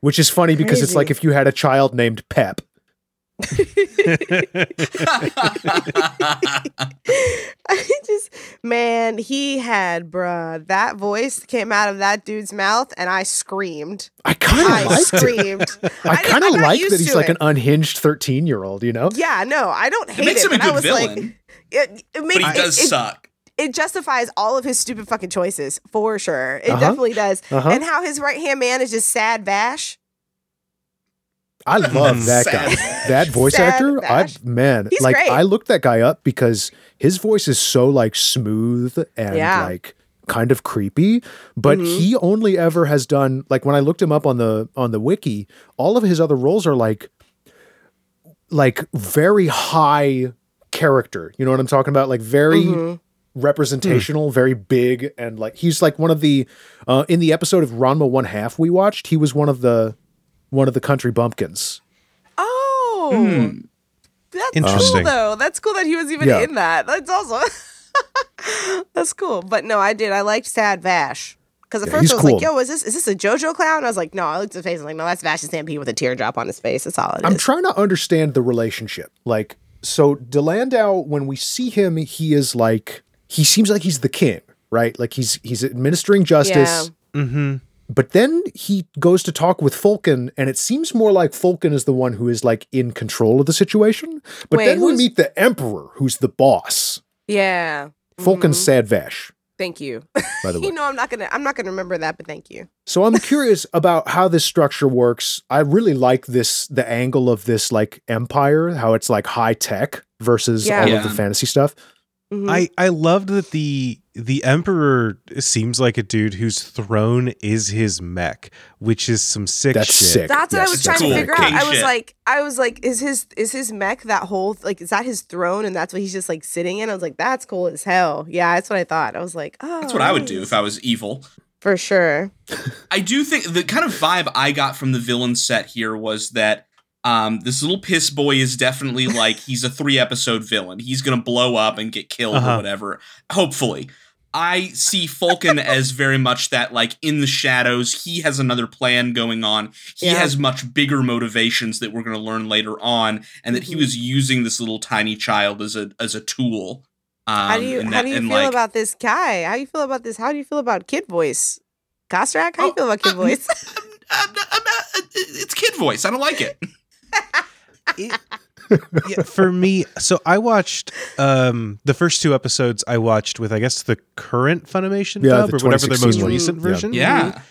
S1: which is funny because it's
S2: Crazy.
S1: like if you had a child named Pep.
S2: I just, man, he had, bruh, that voice came out of that dude's mouth, and I screamed.
S1: I kind
S2: I
S1: of liked it.
S2: screamed.
S1: I
S2: didn't-
S1: kind
S2: I
S1: of
S2: got
S1: like
S2: used
S1: that he's
S2: to
S1: like
S2: it.
S1: an unhinged 13 year old, you know?
S2: Yeah, no, I don't hate
S3: makes him a
S2: but I
S3: good
S2: was
S3: villain.
S2: like, it, it makes
S3: but he
S2: it-
S3: does
S2: it,
S3: suck.
S2: it justifies all of his stupid fucking choices for sure. It
S1: Uh-huh.
S2: definitely does.
S1: Uh-huh.
S2: And how his right hand man is just sad bash.
S1: I love that
S3: Sad
S1: guy.
S3: Bash.
S1: That voice
S2: Sad
S1: actor, I
S2: Bash.
S1: man,
S2: He's
S1: like
S2: great.
S1: I looked that guy up because his voice is so like smooth and
S2: Yeah.
S1: like kind of creepy, but he only ever has done like when I looked him up on the on the wiki, all of his other roles are like like very high character. You know what I'm talking about? Like very representational, very big, and like he's like one of the uh, in the episode of Ranma One Half we watched. He was one of the one of the country bumpkins.
S2: Oh. That's
S4: Interesting.
S2: cool though. That's cool that he was even
S1: Hmm. Yeah.
S2: in that. That's awesome. That's cool. But no, I did. I liked Sad Vash. Because at
S1: Yeah, he's
S2: first I was like,
S1: cool.
S2: yo, is this is this a JoJo clown? And I was like, no, I looked at his face and I was like, no, that's Vash Stampede with a teardrop on his face. That's all it is.
S1: I'm trying to understand the relationship. Like, so Delandau, when we see him, he is like he seems like he's the king, right? Like he's he's administering justice.
S4: Mm-hmm.
S1: But then he goes to talk with Fulkin, and it seems more like Fulkin is the one who is like in control of the situation. But
S2: Wait,
S1: then we
S2: who's-
S1: meet the Emperor, who's the boss.
S2: yeah.
S1: Fulkin
S2: Mhm.
S1: Sadvash,
S2: Thank you.
S1: by the way.
S2: you know I'm not gonna I'm not gonna remember that, but thank you.
S1: So I'm curious about how this structure works. I really like this the angle of this like empire, how it's like high tech versus
S2: Yeah.
S1: all of
S3: Yeah.
S1: the fantasy stuff.
S2: Mhm.
S4: I
S3: Mm-hmm.
S4: I loved that the the emperor seems like a dude whose throne is his mech, which is some sick
S1: That's
S4: shit.
S1: sick.
S2: That's what
S1: Yes,
S2: I was
S1: that's
S2: trying
S3: cool.
S2: to figure out.
S3: King
S2: I was
S3: shit.
S2: like, I was like, is his is his mech that whole like is that his throne and that's what he's just like sitting in? I was like, that's cool as hell. Yeah, that's what I thought. I was like, oh,
S3: That's what I would do
S2: nice.
S3: if I was evil.
S2: for sure.
S3: I do think the kind of vibe I got from the villain set here was that um, this little piss boy is definitely like he's a three episode villain. He's gonna blow up and get killed
S4: Uh-huh.
S3: or whatever. Hopefully, I see Falcon as very much that like in the shadows. He has another plan going on. He
S2: Yeah.
S3: has much bigger motivations that we're gonna learn later on, and that he
S2: Mhm.
S3: was using this little tiny child as a as a tool. Um,
S2: How do you
S3: and
S2: how
S3: that-
S2: do you
S3: and,
S2: feel
S3: like,
S2: about this guy? How do you feel about this? How do you feel about Kid Voice? Kostrak, how do you
S3: Oh,
S2: feel about Kid
S3: uh,
S2: Voice?
S3: I'm not- I'm not- it's kid voice. I don't like it.
S2: Mm-hmm.
S4: Yeah, for me, so I watched um the first two episodes I watched with I guess the current Funimation
S1: Yeah,
S4: dub
S1: the
S4: or whatever their most
S1: 2016
S2: one.
S4: recent
S1: Yeah.
S4: version.
S3: Yeah.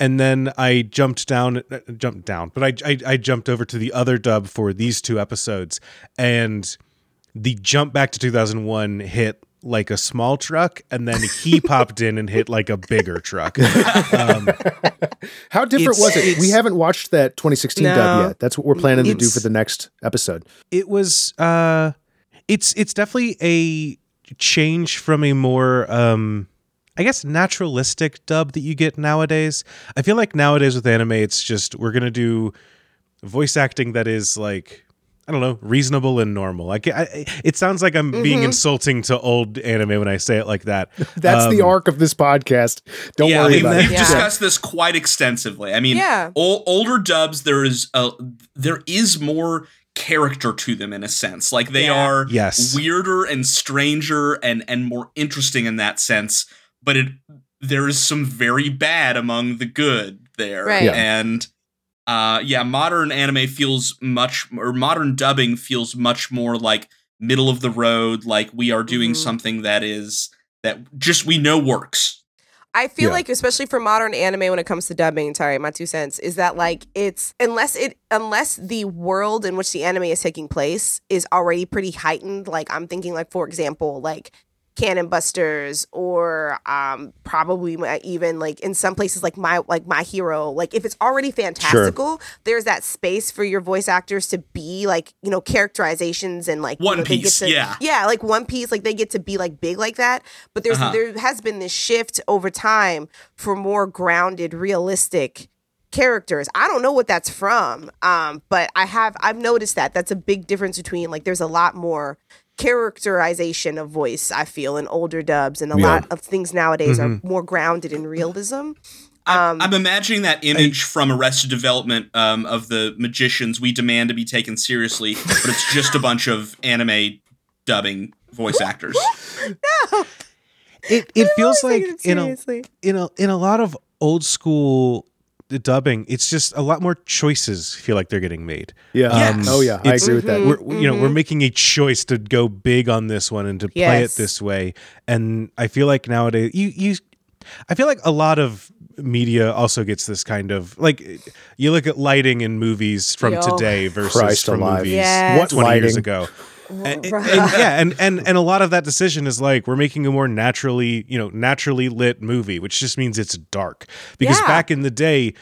S4: and then I jumped down, uh, jumped down, but I, I I jumped over to the other dub for these two episodes, and the jump back to 2001 hit like a small truck, and then he popped in and hit like a bigger truck. Um,
S1: How different
S4: It's-
S1: was it? We
S4: it's-
S1: haven't watched that 2016 dub
S2: No.
S1: yet. That's what we're planning to do
S4: It's-
S1: for the next episode.
S4: it was uh, it's it's definitely a change from a more um. I guess naturalistic dub that you get nowadays. I feel like nowadays with anime, it's just we're gonna do voice acting that is like I don't know, reasonable and normal. Like I, I- it sounds like I'm being insulting to old anime when I say it like that.
S1: That's the
S4: Um,
S1: arc of this podcast. Don't
S3: yeah,
S1: worry
S3: we've,
S1: about
S3: we've
S1: it.
S2: Yeah.
S3: discussed this quite extensively. I mean,
S2: Yeah.
S3: ol- older dubs, there is a there is more character to them in a sense. Like they
S2: Yeah.
S3: are
S4: Yes.
S3: weirder and stranger and and more interesting in that sense. But it there is some very bad among the good there,
S2: Right. Yeah.
S3: and. Uh, yeah, modern anime feels much, or modern dubbing feels much more like middle of the road. Like we are doing
S2: Mhm.
S3: something that is that just we know works.
S2: I feel
S1: Yeah.
S2: like, especially for modern anime, when it comes to dubbing, sorry, my two cents is that like it's unless it unless the world in which the anime is taking place is already pretty heightened. Like I'm thinking, like for example, like Cannon Busters or um, probably my- even like in some places like my like my hero. Like if it's already fantastical, there's that space for your voice actors to be like you know characterizations and like you
S3: One
S2: know, they get
S3: Piece,
S2: to-
S3: yeah.
S2: yeah, like One Piece, like they get to be like big like that. But there's
S3: Uh-huh.
S2: there has been this shift over time for more grounded, realistic characters. I don't know what that's from, um, but I have I've noticed that that's a big difference between like there's a lot more characterization of voice I feel in older dubs, and a
S1: Yeah.
S2: lot of things nowadays are more grounded in realism. Um,
S3: I'm imagining that image from Arrested Development um, of the magicians we demand to be taken seriously, but it's just a bunch of anime dubbing voice actors.
S4: It it feels
S2: Taking
S4: like
S2: it
S4: in a
S2: seriously.
S4: in a in a lot of old school dubbing, it's just a lot more choices feel like they're getting made.
S1: Yeah.
S3: Yes.
S1: Oh yeah, I
S4: It's-
S1: agree with that.
S2: Mm-hmm.
S4: We're you know we're making a choice to go big on this one and to play it
S2: Yes.
S4: this way, and I feel like nowadays you you, I feel like a lot of media also gets this kind of like you look at lighting in movies from
S2: Yo.
S4: today versus
S1: Christ
S4: from
S1: alive.
S4: movies
S2: Yes.
S1: What
S4: 20 years
S1: lighting?
S4: ago. And, and-
S2: Right.
S4: and- yeah, and, and and a lot of that decision is like we're making a more naturally, you know, naturally lit movie, which just means it's dark. Because
S2: Yeah.
S4: back in the day,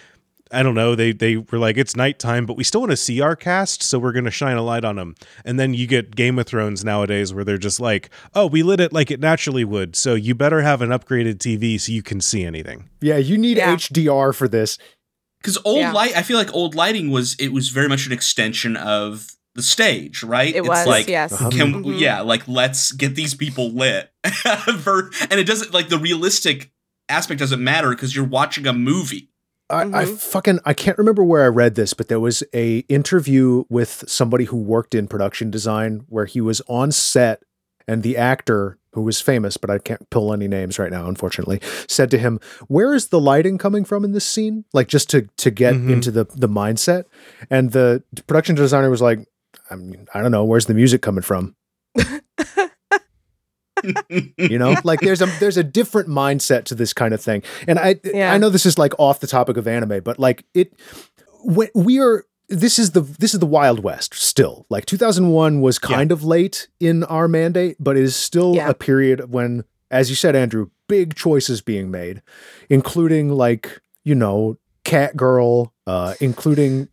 S4: I don't know, they they were like it's nighttime, but we still want to see our cast, so we're going to shine a light on them. And then you get Game of Thrones nowadays where they're just like, "Oh, we lit it like it naturally would, so you better have an upgraded TV so you can see anything."
S1: Yeah, you need
S2: Yeah.
S1: HDR for this.
S3: Because old
S2: Yeah.
S3: light, I feel like old lighting was it was very much an extension of the stage, right?
S2: It was
S3: like,
S2: yes.
S1: Uh-huh.
S3: Can
S2: Mhm.
S3: yeah, like let's get these people lit, Ver- and it doesn't like the realistic aspect doesn't matter because you're watching a movie.
S1: I, I
S2: Mhm.
S1: fucking I can't remember where I read this, but there was a interview with somebody who worked in production design where he was on set and the actor who was famous, but I can't pull any names right now, unfortunately, said to him, "Where is the lighting coming from in this scene?" Like just to to get
S4: Mhm.
S1: into the the mindset, and the production designer was like, "I mean, I don't know, where's the music coming from?" you know like there's a there's a different mindset to this kind of thing and i
S2: Yeah.
S1: i know this is like off the topic of anime but like it when we are this is the this is the wild west still like 2001 was kind of late in our mandate but it is still
S2: Yeah.
S1: a period when as you said andrew big choices being made including like you know cat girl uh including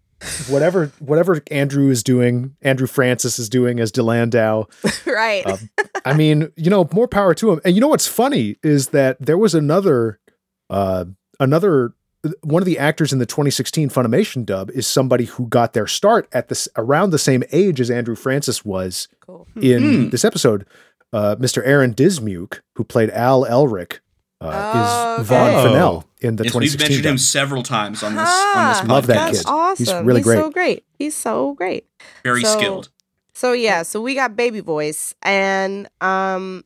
S1: whatever whatever andrew is doing andrew francis is doing as delandau
S2: right.
S1: Uh, I mean, you know, more power to him. And you know what's funny is that there was another, uh, another uh, one of the actors in the 2016 Funimation dub is somebody who got their start at this around the same age as Andrew Francis was
S2: cool.
S1: in
S3: Hmm.
S1: this episode. Uh, Mr. Aaron Dismuke, who played Al Elric, uh,
S2: Oh,
S1: is Vaughn
S4: okay.
S1: Fennell in the
S3: Yes, we've
S1: 2016
S3: mentioned him
S1: dub.
S3: several times on this on this
S2: Huh.
S3: podcast.
S1: Love that
S2: Ah, That's
S1: kid.
S2: awesome.
S1: He's really great.
S2: so great. He's so great.
S3: Very
S2: So-
S3: skilled.
S2: So yeah, so we got baby voice, and um,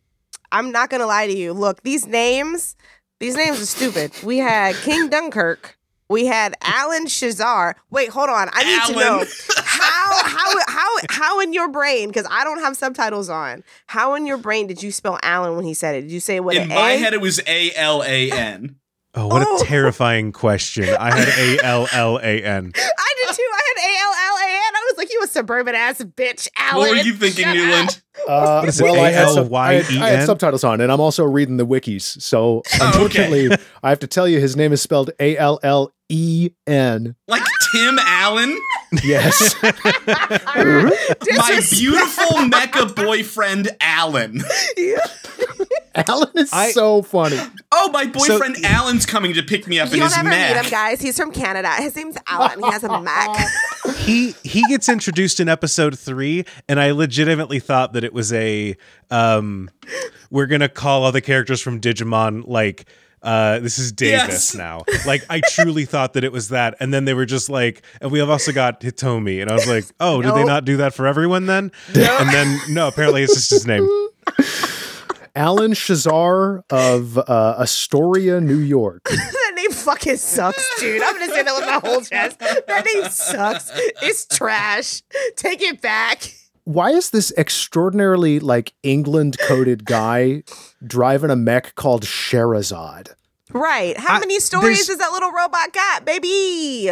S2: I'm not gonna lie to you. Look, these names, these names are stupid. We had King Dunkirk. We had Alan Shazar. Wait, hold on. I need to
S3: Alan.
S2: know how how how how in your brain because I don't have subtitles on. How in your brain did you spell Alan when he said it? Did you say what?
S3: In
S2: an
S3: my
S2: A?
S3: head, it was A L A N.
S4: Oh, what
S2: Oh.
S4: a terrifying question. I had A L L A N.
S2: I did too. I had A L L A N. I was like, you a suburban ass bitch, Alan.
S3: What were you thinking,
S2: Shut up.
S3: Newland?
S1: Uh,
S4: What is it,
S1: I had, sub- I, had, I had
S4: A-L-Y-E-N?
S1: subtitles on, and I'm also reading the wikis. So
S3: okay.
S1: unfortunately, I have to tell you, his name is spelled A L L E N.
S3: Like Tim Allen?
S1: Yes.
S3: My
S2: Disrespect.
S3: beautiful mecha boyfriend, Alan.
S1: Alan is
S4: I-
S1: so funny.
S3: Oh, my boyfriend Alan's coming to pick me up in
S2: You'll
S3: his
S2: never meet him,
S3: Mac.
S2: guys. He's from Canada. His name's Alan. He has a Mac.
S4: he he gets introduced in episode three, and I legitimately thought that it was a um, we're gonna call all the characters from Digimon like uh, this is Davis
S3: Yes.
S4: now. Like I truly thought that it was that, and then they were just like, and we have also got Hitomi, and I was like, oh, did they
S2: No.
S4: not do that for everyone then? And then no, apparently it's just his name.
S1: Alan Shazar of uh, Astoria, New York.
S2: that name fucking sucks, dude. I'm gonna say that with my whole chest. That name sucks. It's trash. Take it back.
S1: Why is this extraordinarily like England coded guy driving a mech called Sherazad?
S2: Right. How
S4: I-
S2: many stories
S4: there's-
S2: does that little robot got, baby?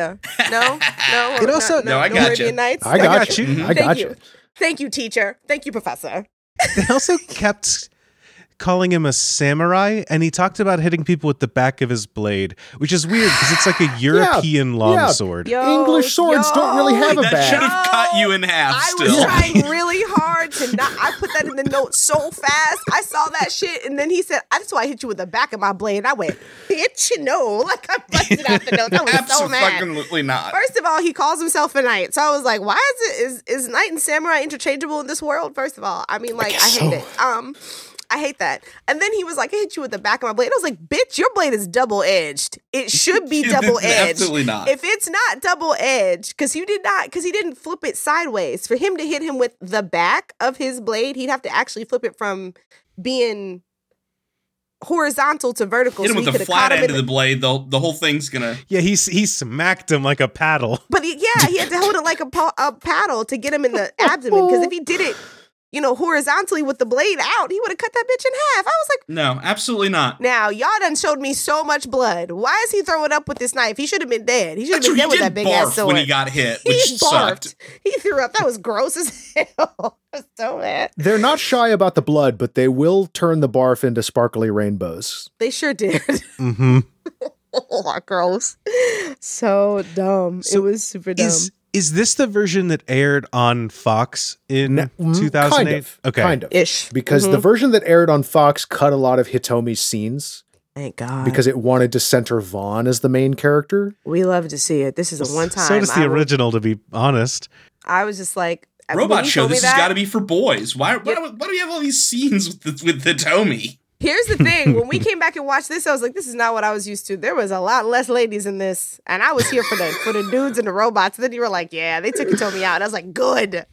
S2: No, no.
S4: It also-
S3: No, I gotcha.
S2: Arabian Nights?
S1: I got,
S4: got
S1: you.
S3: you.
S1: I
S2: Thank
S1: got
S2: you.
S1: you.
S2: Thank you, teacher. Thank you, professor.
S4: They also kept calling him a samurai, and he talked about hitting people with the back of his blade, which is weird because it's like a European longsword.
S2: Yo,
S1: English swords don't really have a
S2: yo,
S3: That
S1: back.
S3: should have cut you in half.
S2: I
S3: still,
S2: was trying really hard to not. I put that in the note so fast. I saw that shit, and then he said, "That's why I hit you with the back of my blade." And I went, "Bitch, you know, like I busted out the note. I was so mad."
S3: absolutely not.
S2: First of all, he calls himself a knight, so I was like, "Why is it is is knight and samurai interchangeable in this world?" First of all, I mean, like I,
S1: guess
S2: hate
S1: so.
S2: it. Um. I hate that. And then he was like, I hit you with the back of my blade. I was like, bitch, your blade is double edged. It should be double edged.
S3: Absolutely not.
S2: If it's not double edged, because you did not, because he didn't flip it sideways. For him to hit him with the back of his blade, he'd have to actually flip it from being horizontal to vertical.
S3: Hit him
S2: so
S3: with
S2: he
S3: the
S2: could've
S3: flat
S2: caught him
S3: end of
S2: in
S3: the blade. The, the whole thing's gonna.
S4: Yeah, he s- he smacked him like a paddle.
S2: But he, yeah, he had to hold it like a, pa- a paddle to get him in the abdomen. Because if he did it, you know, horizontally with the blade out, he would have cut that bitch in half. I was like.
S3: No, absolutely not.
S2: Now, y'all done showed me so much blood. Why is he throwing up with this knife? He should have been dead. He should have
S3: That's
S2: been
S3: true,
S2: dead
S3: he
S2: with
S3: did
S2: that big ass
S3: barf
S2: sword.
S3: when he got hit,
S2: He
S3: which sucked.
S2: He threw up. That was gross as hell. I was so mad.
S1: They're not shy about the blood, but they will turn the barf into sparkly rainbows.
S2: They sure did.
S4: Mm-hmm.
S2: oh my gross. So dumb.
S4: So
S2: it was super dumb.
S4: Is is this the version that aired on Fox in
S1: Mm,
S4: two thousand
S1: Kind
S4: eight?
S1: of.
S4: Okay, Mm-hmm.
S1: Kind of.
S2: Ish. Mm-hmm.
S1: Because the version that aired on Fox cut a lot of Hitomi's scenes
S2: Thank
S4: Uh-huh.
S2: God.
S1: because it wanted to center Vaughn as the main character.
S2: we love to see it. This is a one time.
S4: So does
S2: I
S4: the
S2: was-
S4: original, to be honest.
S2: I was just like, Uh, when
S3: Robot
S2: you
S3: show.
S2: told me
S3: This has
S2: that-
S3: got to be for boys. Why, why? Why do we have all these scenes with the, with the Tomy?
S2: Here's the thing: when we came back and watched this, I was like, "This is not what I was used to." There was a lot less ladies in this, and I was here for the for the dudes and the robots. then you were like, "Yeah, they took it to me out," and I was like, "Good,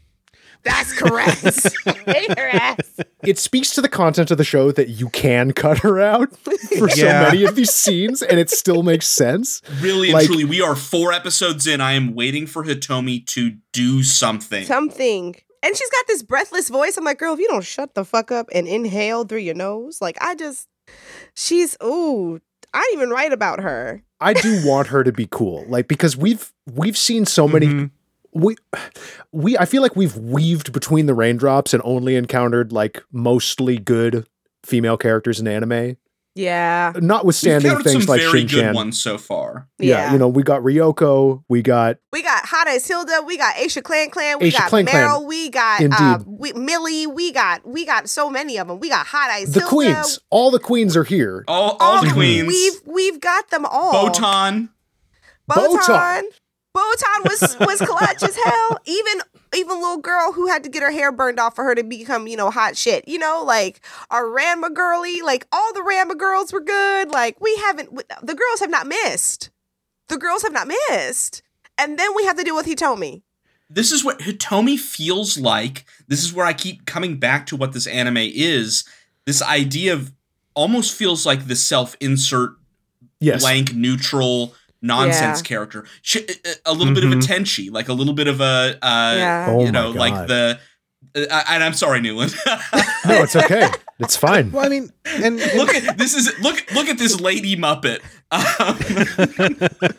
S2: that's correct." Hate your ass.
S1: It speaks to the content of the show that you can cut her out for
S4: Yeah.
S1: so many of these scenes, and it still makes sense.
S3: Really
S1: Like-
S3: and truly, we are four episodes in. I am waiting for Hitomi to do something.
S2: Something. And she's got this breathless voice. I'm like, girl, if you don't shut the fuck up and inhale through your nose, like I just, she's ooh, I didn't even write about her.
S1: I do want her to be cool, like because we've we've seen so many.
S2: Mm-hmm.
S3: Mm-hmm.
S4: Mhm.
S1: We, we, I feel like we've weaved between the raindrops and only encountered like mostly good female characters in anime.
S2: Yeah,
S3: We've
S1: Notwithstanding
S3: counted some
S1: things like Shin
S3: very good
S1: Chan,
S3: ones so far.
S1: yeah, you know, we got Ryoko, we got
S2: We got Hot as Hilda. We got Aisha Clan Clan. We
S1: Aisha
S2: got
S1: Clan Clan.
S2: Meryl. We got uh,
S1: Indeed.
S2: we, Millie. We got we got so many of them. We got Hot Eyes.
S1: the
S2: Hilda.
S1: queens. All the queens are here.
S3: All, all,
S2: All
S3: the
S2: the-
S3: queens.
S2: Oh, We've we've got them all.
S3: Botan.
S2: Botan.
S1: Botan.
S2: Botan was was clutch as hell. Even even little girl who had to get her hair burned off for her to become you know hot shit. You know like our Ramba girly. Like all the Ramba girls were good. Like we haven't. The girls have not missed. The girls have not missed. And then we have to deal with Hitomi.
S3: this is what Hitomi feels like. This is where I keep coming back to what this anime is. This idea of almost feels like the self insert,
S1: Yes,
S3: blank, neutral nonsense
S2: Yeah.
S3: character. Sh- a- a little bit of a
S4: Mhm.
S3: tenchi, like a little bit of a, uh,
S2: Yeah.
S1: Mm-hmm. Oh
S3: you know,
S1: my
S3: like
S1: God.
S3: the. Uh, and I'm sorry, Newland.
S1: no, it's okay. It's fine.
S4: Well, I mean, and, and
S3: look at this is look look at this lady Muppet. Um,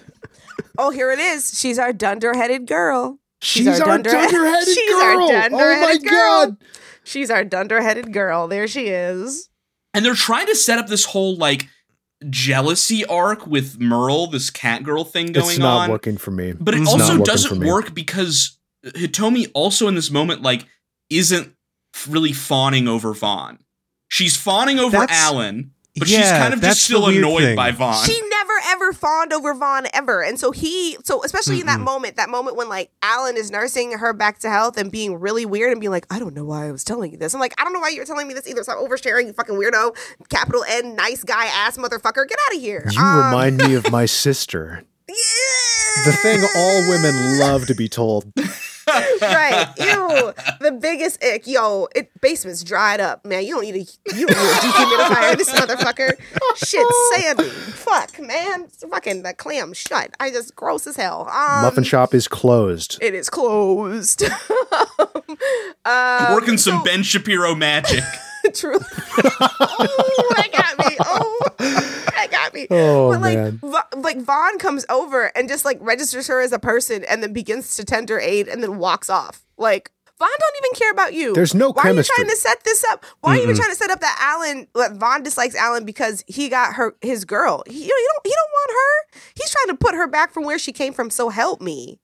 S2: Oh, here it is. She's our dunder-headed girl.
S1: She's,
S2: our
S1: our,
S2: dunder-headed-
S1: dunderheaded
S2: She's our
S1: girl. oh my
S2: dunderheaded girl.
S1: god!
S2: She's our dunder-headed girl. There she is.
S3: and they're trying to set up this whole like jealousy arc with Merle, this cat girl thing going
S1: It's not
S3: on.
S1: working for me.
S3: But it
S4: It's not
S3: also
S1: working for
S3: doesn't
S1: me.
S3: work because Hitomi also in this moment like isn't f- really fawning over Vaughn. She's fawning over
S4: That's-
S3: Alan, but she's
S4: yeah,
S3: kind of
S4: that's
S3: just still
S4: the weird
S3: annoyed
S4: thing.
S3: by Vaughn.
S2: She never ever fawned over Vaughn ever. And so he, so especially in that moment, that moment when like Alan is nursing her back to health and being really weird and being like, I don't know why I was telling you this. I'm like, I don't know why you're telling me this either. So I'm oversharing, you fucking weirdo, capital N, nice guy ass motherfucker. Get out of here.
S1: You
S2: Um,
S1: remind me of my sister. The thing all women love to be told.
S2: right. Ew. The biggest ick. Yo, it basement's dried up, man. You don't need a you don't need a dehumidifier, this motherfucker. Shit sandy. Fuck, man. Fucking the clam shut. I just gross as hell. Um,
S1: Muffin shop is closed.
S2: It is closed. um,
S3: Working some
S2: so-
S3: Ben Shapiro magic.
S2: Truly. oh, that got me. Oh, that got me.
S1: Oh,
S2: but like,
S1: man.
S2: Va- like Vaughn comes over and just like registers her as a person, and then begins to tender aid, and then walks off. Like Vaughn don't even care about you.
S1: There's no
S2: Why
S1: Oh, chemistry.
S2: are you trying to set this up? Why are you even trying to set up that Alan? That Vaughn dislikes Alan because he got her his girl. He, you know, you don't he don't want her. He's trying to put her back from where she came from. So help me.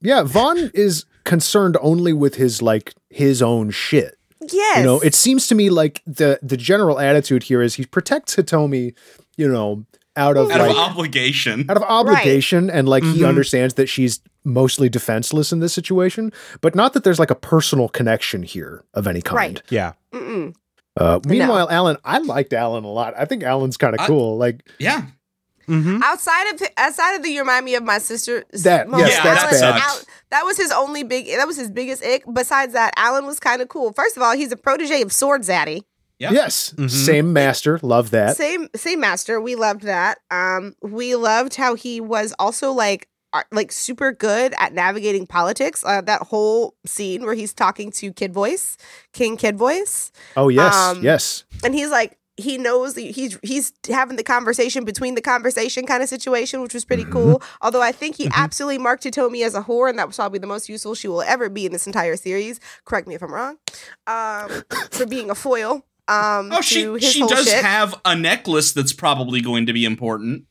S1: Yeah, Vaughn is concerned only with his like his own shit.
S2: Yes.
S1: You know, it seems to me like the the general attitude here is he protects Hitomi, you know, out of
S3: out
S1: like
S3: of obligation.
S1: out of obligation and like he understands that she's mostly defenseless in this situation, but not that there's like a personal connection here of any kind.
S2: Right.
S4: Yeah.
S2: Mm-mm.
S1: Uh, meanwhile, Alan, I liked Alan a lot. I think Alan's kind of
S3: I-
S1: cool. Like
S3: yeah,
S4: Mm-hmm.
S2: outside of outside of the you remind me of my sister.
S1: That-
S2: moment,
S1: yes, that's
S2: Alan-
S3: bad.
S2: Al- that was his only big. That was his biggest ick. Besides that, Alan was kind of cool. First of all, he's a protege of Sword Zaddy.
S3: Yeah.
S1: yes,
S4: Mhm.
S1: same master, love that.
S2: same same master we loved that um we loved how he was also like ar- like super good at navigating politics uh, that whole scene where he's talking to kid voice king kid voice
S1: Oh yes,
S2: Um,
S1: yes.
S2: and he's like he knows that he's he's having the conversation between the conversation kind of situation which was pretty
S3: Mm-hmm.
S2: cool although i think he absolutely marked hitomi as a whore and that was probably the most useful she will ever be in this entire series correct me if i'm wrong um for being a foil um
S3: Oh,
S2: to
S3: she
S2: his
S3: she
S2: whole
S3: does
S2: shit.
S3: have a necklace that's probably going to be important.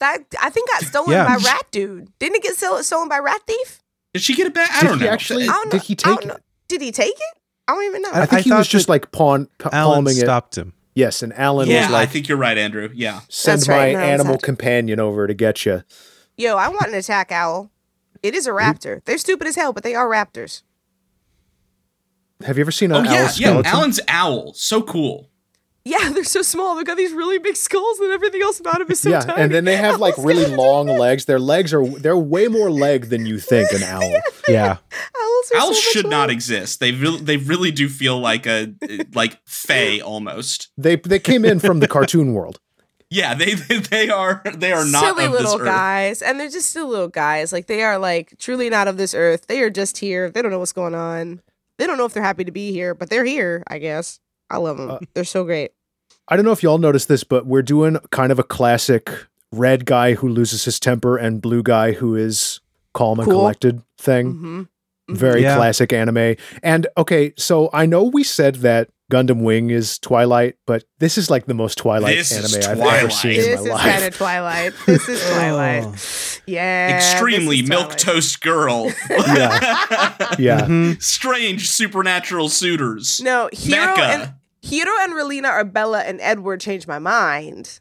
S2: That I think got stolen
S4: Yeah.
S2: by Rat Dude. Didn't it get sell- stolen by Rat Thief?
S3: Did she get it back? I
S1: Did
S3: don't
S1: he
S3: know.
S1: actually-
S2: I don't know.
S1: Did he
S2: I don't
S1: take
S2: know.
S1: it?
S2: Did he take it? I don't even know.
S1: I think
S4: I
S1: he was
S4: thought
S1: just
S4: that
S1: like pawn pa-
S4: Alan
S1: palming it.
S4: stopped him.
S1: Yes, and Alan
S3: yeah,
S1: was like,
S3: I think you're right, Andrew. Yeah.
S1: "Send
S2: That's right,
S1: my
S2: and Alan's
S1: animal
S2: had-
S1: companion over to get you."
S2: Yo, I want an attack owl. It is a raptor. They're stupid as hell, but they are raptors.
S1: Have you ever seen an
S3: Oh
S1: owl
S3: yeah, yeah.
S1: skeleton?
S3: Alan's owl, so cool.
S2: Yeah, they're so small. They've got these really big skulls, and everything else about them is so
S1: yeah,
S2: tiny.
S1: and then they have like really long legs. Their legs are they're way more leg than you think an owl.
S4: Yeah.
S2: Owls, are so
S3: Owls
S2: much
S3: should not
S2: longer.
S3: exist. They really, they really do feel like a like fae almost.
S1: They they came in from the cartoon world.
S3: Yeah, they they, they are they are not
S2: silly
S3: of this
S2: little
S3: earth.
S2: guys, and they're just still little guys. Like they are like truly not of this earth. They are just here. They don't know what's going on. They don't know if they're happy to be here, but they're here. I guess I love them.
S1: Uh,
S2: they're so great.
S1: I don't know if y'all noticed this, but we're doing kind of a classic red guy who loses his temper and blue guy who is calm and
S2: Cool.
S1: collected thing.
S2: Mm-hmm.
S1: Very
S4: Yeah.
S1: classic anime. And okay, so I know we said that Gundam Wing is Twilight, but this is like the most Twilight
S3: This
S1: anime
S3: is
S1: I've ever
S3: Twilight.
S1: seen
S2: This
S1: in
S2: is
S1: my life.
S2: kind of Twilight. This is Twilight. Yeah. this is
S3: Extremely
S2: Twilight.
S3: milk toast girl.
S1: yeah.
S4: Mhm.
S3: Strange supernatural suitors.
S2: No, Hero
S3: Mecca.
S2: and Hero and Relina or Bella and Edward changed my mind.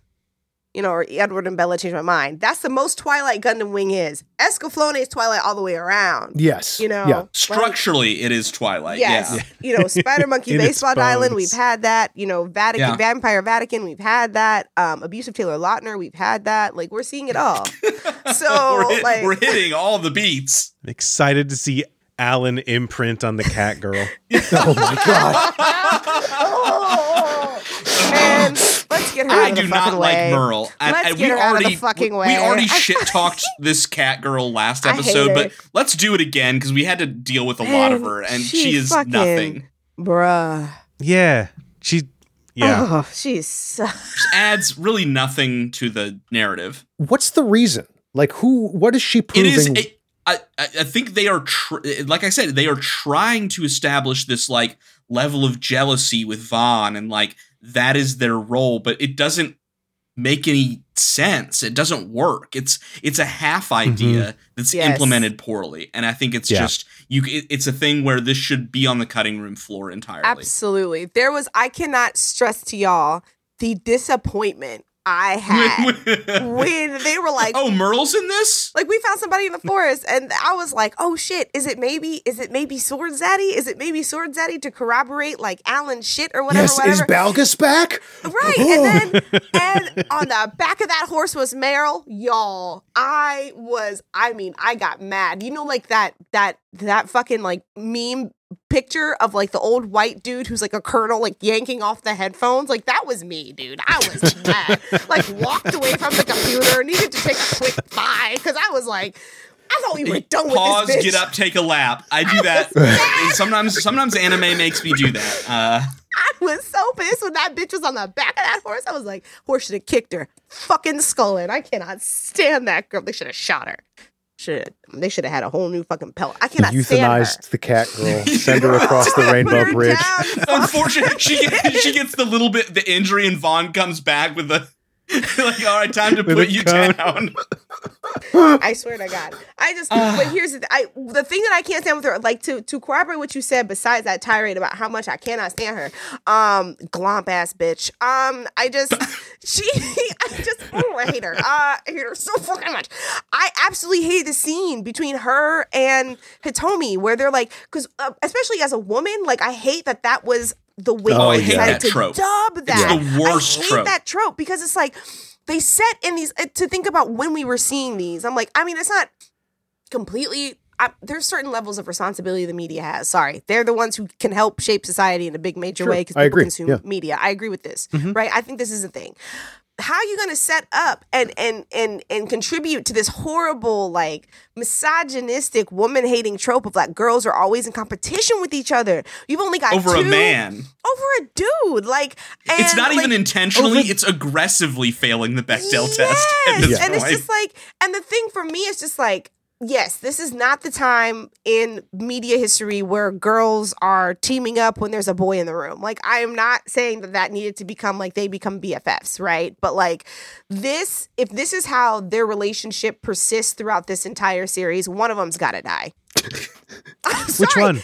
S2: You know, or Edward and Bella changed my mind. That's the most Twilight Gundam Wing is. Escaflowne is Twilight all the way around.
S1: Yes.
S2: You know,
S1: Yeah.
S3: Structurally, it is Twilight.
S2: Like, yes.
S3: Yeah.
S2: You know, Spider Monkey
S4: In its
S2: Baseball Island,
S4: bones.
S2: we've had that. You know, Vatican
S3: Yeah.
S2: Vampire Vatican, we've had that. Um, Abusive Taylor Lautner, we've had that. Like we're seeing it all. So,
S3: we're, hit-
S2: Oh, like-
S3: we're hitting all the beats.
S4: I'm excited to see Alan imprint on the cat girl.
S1: Oh my god.
S2: and Oh, let's get her out
S3: I
S2: of
S3: do
S2: the
S3: not
S2: fucking way.
S3: like Merle. And,
S2: Let's
S3: and
S2: get
S3: we
S2: her out of
S3: already
S2: the fucking
S3: we-
S2: way.
S3: we already shit talked this cat girl last
S2: I hate
S3: episode,
S2: her.
S3: but let's do it again because we had to deal with a lot of
S2: Man,
S3: her, and
S2: she
S3: she is
S2: fucking-
S3: nothing.
S2: Bruh.
S4: Yeah. She yeah.
S2: Oh, she's so-
S3: Just adds really nothing to the narrative.
S1: What's the reason? Like who what is she
S3: It
S1: proving?
S3: is. a- I I I think they are, tr- like I said, they are trying to establish this like level of jealousy with Vaughn, and like that is their role, but it doesn't make any sense. It doesn't work. It's it's a half idea that's
S2: Yes.
S3: implemented poorly, and I think it's
S4: Yeah.
S3: just you. It, it's a thing where this should be on the cutting room floor entirely.
S2: absolutely. There was I cannot stress to y'all the disappointment I had when they were like,
S3: oh, Merle's in this.
S2: like we found somebody in the forest, and I was like, oh shit, is it maybe is it maybe Sword Zaddy? Is it maybe Sword Zaddy to corroborate like Alan's shit or whatever?
S1: yes, is
S2: whatever?
S1: Balgus back?
S2: Right. And then and on the back of that horse was Meryl. Y'all, I was, I mean, I got mad. You know, like that that that fucking like meme picture of like the old white dude who's like a colonel like yanking off the headphones. Like that was me, dude. I was mad. like walked away from the computer, needed to take a quick bye. Cause I was like, I thought we were done
S3: Pause,
S2: with this. Bitch.
S3: get up, take a lap. I do that. And sometimes sometimes anime makes me do that. Uh,
S2: I was so pissed when that bitch was on the back of that horse. I was like, horse should have kicked her fucking skull in. I cannot stand that girl. They should have shot her. Should they should have had a whole new fucking pelt? I cannot stand her.
S1: Euthanized the cat girl. Send her across the
S2: Put
S1: rainbow
S2: her
S1: bridge.
S2: down.
S3: Unfortunately, she gets, she gets the little bit the injury, and Vaughn comes back with the like, all right, time to
S4: With
S3: put
S4: a
S3: you
S4: cone.
S3: down.
S2: I swear to God, I just.
S3: Ah.
S2: but here's the, th- I, the thing that I can't stand with her. Like to to corroborate what you said, besides that tirade about how much I cannot stand her, um, glomp ass bitch. Um, I just she, I just oh, I hate her. Uh, I hate her so fucking much. I absolutely hated the scene between her and Hitomi where they're like, because uh, especially as a woman, like I hate that that was the way
S3: Oh, I
S2: they
S3: hate
S2: decided
S3: that
S2: to
S3: trope.
S2: dub that.
S3: the worst
S2: I hate
S3: trope.
S2: that that trope because it's like they set in these uh, to think about when we were seeing these. I'm like, I mean, it's not completely. I, there's certain levels of responsibility the media has. Sorry, they're the ones who can help shape society in a big major
S1: Sure,
S2: way because
S1: I
S2: people
S1: agree,
S2: consume
S1: yeah. Mm-hmm.
S2: media. I agree with this, right? I think this is the thing. How are you going to set up and and and and contribute to this horrible like misogynistic woman hating trope of like girls are always in competition with each other? You've only got
S3: Over a
S2: two-
S3: man.
S2: over a dude. Like
S3: it's
S2: and,
S3: not even
S2: like,
S3: intentionally, it's aggressively failing the Bechdel test at
S2: Yes!
S3: this
S2: and
S3: point.
S2: it's just like, and the thing for me is just like, yes, this is not the time in media history where girls are teaming up when there's a boy in the room. Like, I am not saying that that needed to become like they become BFFs, right? But like, this, if this is how their relationship persists throughout this entire series, one of them's got to die. I'm
S4: Which
S2: sorry.
S4: one?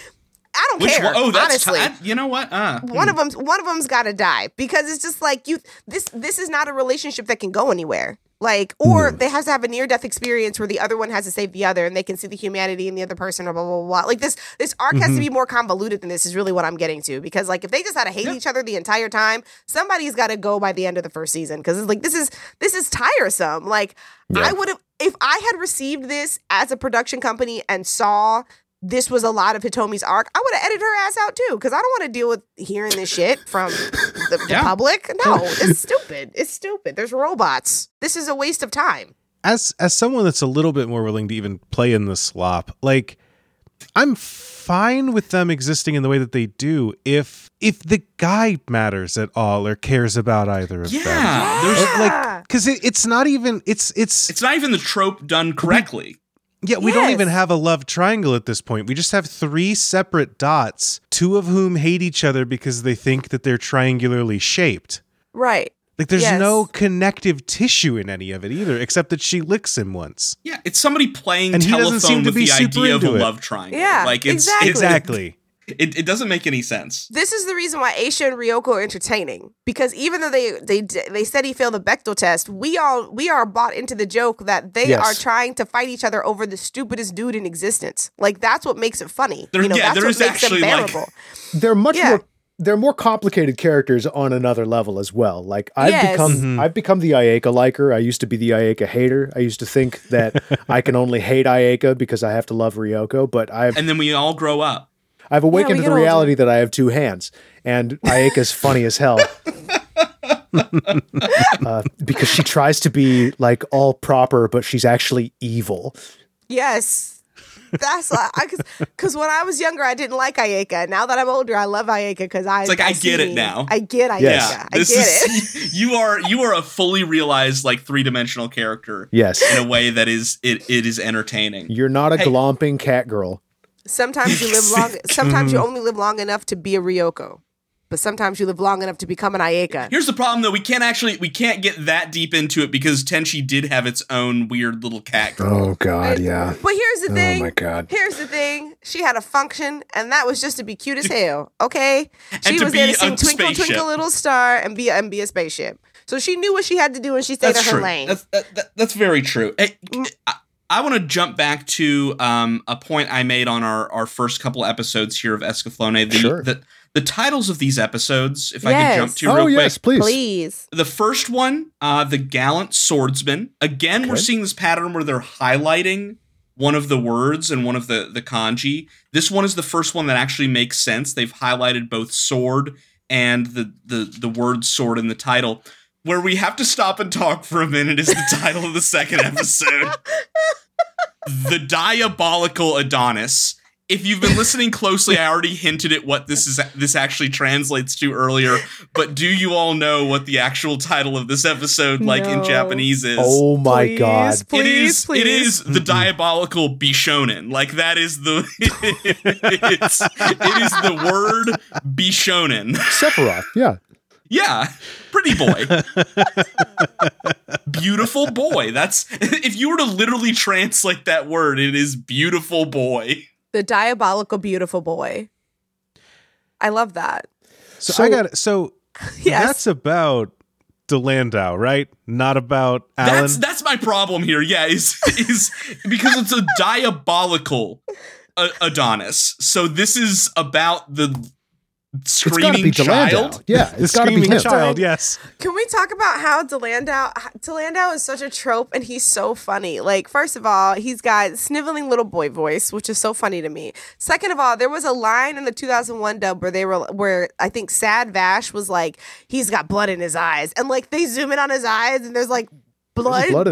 S2: I don't
S3: Which
S2: care.
S3: one? Oh, that's
S2: honestly Mm-hmm.
S3: I- you know what? Uh,
S2: one of them's one of them's got to die because it's just like you this this is not a relationship that can go anywhere like or they have to have a near death experience where the other one has to save the other and they can see the humanity in the other person or blah blah blah, blah. like this this arc has to be more convoluted than this is really what i'm getting to because like if they just had to hate each other the entire time somebody's got to go by the end of the first season because it's like this is this is tiresome like i would have if i had received this as a production company and saw this was a lot of Hitomi's arc, I would have edited her ass out too because I don't want to deal with hearing this shit from the, the
S3: Yeah.
S2: public. No, it's stupid. It's stupid. There's robots. This is a waste of time.
S4: as as someone that's a little bit more willing to even play in the slop, like I'm fine with them existing in the way that they do if if the guy matters at all or cares about either of
S3: yeah.
S4: them.
S3: There's,
S4: Or, Like, because it, it's not even it's it's
S3: it's not even the trope
S4: Mm-hmm.
S3: done correctly.
S4: yeah we don't
S2: Yes.
S4: even have a love triangle at this point. We just have three separate dots, two of whom hate each other because they think that they're triangularly shaped.
S2: Right.
S4: Like there's
S2: Yes.
S4: no connective tissue in any of it either, except that she licks him once.
S3: Yeah, it's somebody playing
S4: And he doesn't
S3: telephone
S4: seem to
S3: with
S4: be
S3: the
S4: super
S3: idea of a
S4: into it.
S3: love triangle.
S2: Yeah,
S3: like it's
S2: exactly.
S3: it-
S4: Exactly.
S3: It, it, doesn't make any sense.
S2: This is the reason why Aisha and Ryoko are entertaining because even though they they they said he failed the Bechtel test, we all we are bought into the joke that they
S1: Yes.
S2: are trying to fight each other over the stupidest dude in existence. Like that's what makes it funny.
S3: There-
S2: you know,
S3: yeah,
S2: that's
S3: there
S2: what
S3: is
S2: makes
S3: actually,
S2: them
S3: like-
S2: bearable.
S1: They're much
S2: Yeah.
S1: more they're more complicated characters on another level as well. Like I've
S2: Yes.
S1: become
S3: Mm-hmm.
S1: I've become the Ieka liker. I used to be the Ieka hater. I used to think that I can only hate Ieka because I have to love Ryoko, but I've
S3: And then we all grow up.
S1: I've
S2: we
S1: awakened to
S2: get
S1: the
S2: older.
S1: reality that I have two hands, and Ayaka's funny as hell. uh, because she tries to be like all proper, but she's actually evil.
S2: Yes. That's why I because when I was younger I didn't like Ayeka. Now that I'm older, I love Ayeka because I
S3: like, I
S2: see
S3: get it
S2: me.
S3: now.
S2: I get Ayeka.
S1: Yes.
S2: I get
S3: this
S2: it.
S3: is you are you are a fully realized like three dimensional character
S1: Yes.
S3: in a way that is it it is entertaining.
S1: You're not a
S3: Hey.
S1: glomping cat girl.
S2: Sometimes you live long. Sometimes you
S1: Mm-hmm.
S2: only live long enough to be a Ryoko, but sometimes you live long enough to become an Ayeka.
S3: Here's the problem though, we can't actually we can't get that deep into it because Tenchi did have its own weird little cat girl.
S1: Oh God, yeah.
S2: But here's the thing.
S1: Oh my God.
S2: Here's the thing. She had a function, and that was just to be cute as hell. Okay. She
S3: to
S2: was there
S3: be
S2: to sing
S3: a
S2: "Twinkle
S3: spaceship.
S2: Twinkle Little Star" and be and be a spaceship. So she knew what she had to do, and she stayed in her
S3: true.
S2: lane.
S3: That's, that, that- that's very true. Hey,
S2: Mm.
S3: I, I want to jump back to um, a point I made on our, our first couple episodes here of Escaflone. The,
S1: Sure.
S3: the, the titles of these episodes, if I
S2: Yes.
S3: could jump to real
S1: Oh
S3: quick.
S1: yes, please.
S2: Please.
S3: The first one, uh, The Gallant Swordsman. Again, we're
S1: Okay.
S3: seeing this pattern where they're highlighting one of the words and one of the, the kanji. This one is the first one that actually makes sense. They've highlighted both sword and the, the, the word sword in the title. Where we have to stop and talk for a minute is the title of the second episode The Diabolical Adonis. if you've been listening closely, I already hinted at what this is this actually translates to earlier. But do you all know what the actual title of this episode, like in
S2: No.
S3: Japanese, is?
S1: Oh my
S2: Please,
S1: god.
S2: Please,
S3: it is.
S2: please.
S3: It is the diabolical Bishonen. Like that is the. it's, it is the word Bishonen.
S1: Sephiroth. Yeah.
S3: Yeah, pretty boy. beautiful boy. That's if you were to literally translate that word, it is beautiful boy.
S2: the diabolical beautiful boy. I love that.
S4: So,
S1: So-
S4: I got so
S2: Yes.
S4: that's about Delandau, right? Not about Alan.
S3: That's that's my problem here. Yeah, is is because it's a diabolical A- Adonis. So this is about the
S1: It's got to
S3: screaming
S1: be
S3: child.
S1: Delandau. Yeah.
S4: the
S1: It's got to be
S4: screaming
S1: him.
S4: child. Yes.
S2: Can we talk about how Delandau Delandau is such a trope and he's so funny. Like first of all, he's got sniveling little boy voice, which is so funny to me. Second of all, there was a line in the 2001 dub where they were where I think Sad Vash was like he's got blood in his eyes and like they zoom in on his eyes and there's like blood
S1: There's
S2: blood,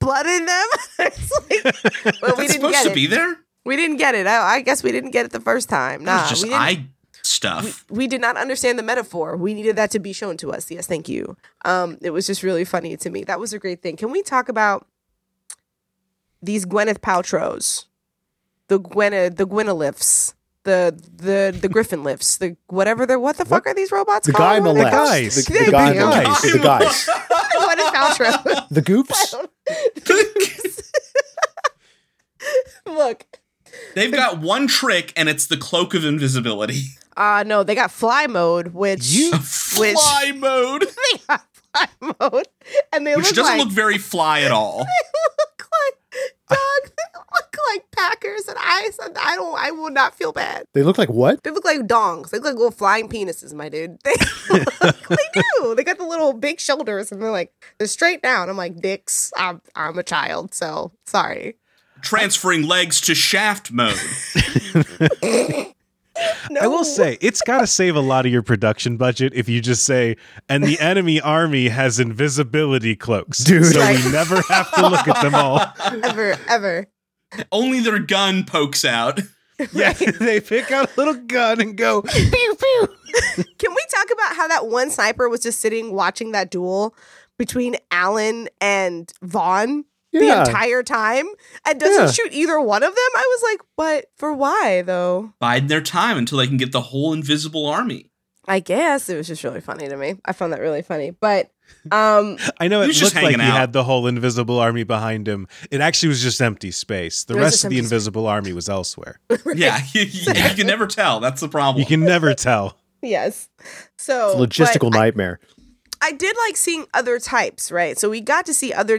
S1: blood in there.
S2: in them. it's like but we
S3: That's
S2: didn't
S3: supposed
S2: get
S3: to
S2: it.
S3: be there.
S2: We didn't get it. I, I guess we didn't get it the first time. Nah,
S3: it's just
S2: we didn't-
S3: eye stuff.
S2: we did not understand the metaphor. We needed that to be shown to us. Yes, thank you. Um, it was just really funny to me. That was a great thing. Can we talk about these Gwyneth Paltrows, the Gwen, the Gwynolifts, the the the Griffin lifts, the whatever they're what the fuck are these robots
S1: The guy
S2: called? What are they
S1: molest.
S2: called?
S4: guys.
S1: The,
S2: Yeah,
S1: the guy
S4: the
S1: molest.
S4: guys.
S1: The guys.
S2: The Gwyneth Paltrow.
S1: The goops.
S2: Look,
S3: They've got one trick, and it's the cloak of invisibility.
S2: uh no, they got fly mode, which
S4: You-
S2: Which-
S3: Fly mode.
S2: they got fly mode, and they
S3: which
S2: look
S3: doesn't
S2: like
S3: look very fly at all.
S2: look like dog. They look like Packers, and I said I don't. I will not feel bad.
S1: They look like what?
S2: They look like dongs. They look like little flying penises, my dude. They, look- they do. They got the little big shoulders, and they're like they're straight down. I'm like dicks. I'm I'm a child, so sorry.
S3: Transferring legs to shaft mode.
S2: No.
S4: I will say it's got to save a lot of your production budget if you just say, and the enemy army has invisibility cloaks,
S1: Dude.
S4: So
S2: Right.
S4: we never have to look at them all.
S2: ever ever.
S3: Only their gun pokes out.
S4: Yeah, they pick out a little gun and go pew pew.
S2: Can we talk about how that one sniper was just sitting watching that duel between Alan and Vaughn?
S1: Yeah.
S2: The entire time and doesn't
S1: Yeah.
S2: shoot either one of them. I was like, but for why though?
S3: Bide their time until they can get the whole invisible army.
S2: I guess it was just really funny to me. I found that really funny. But um
S4: I know
S3: He
S4: it
S3: was
S4: looked
S3: just
S4: like he
S3: hanging out.
S4: had the whole invisible army behind him. It actually was just empty space. The
S2: It was
S4: rest
S2: just
S4: of the
S2: empty space.
S4: invisible army was elsewhere.
S3: Yeah, you, you- you can never tell. That's the problem.
S4: You can never tell.
S2: yes. So
S1: It's a logistical
S2: but I,
S1: nightmare.
S2: I did like seeing other types, right? So we got to see other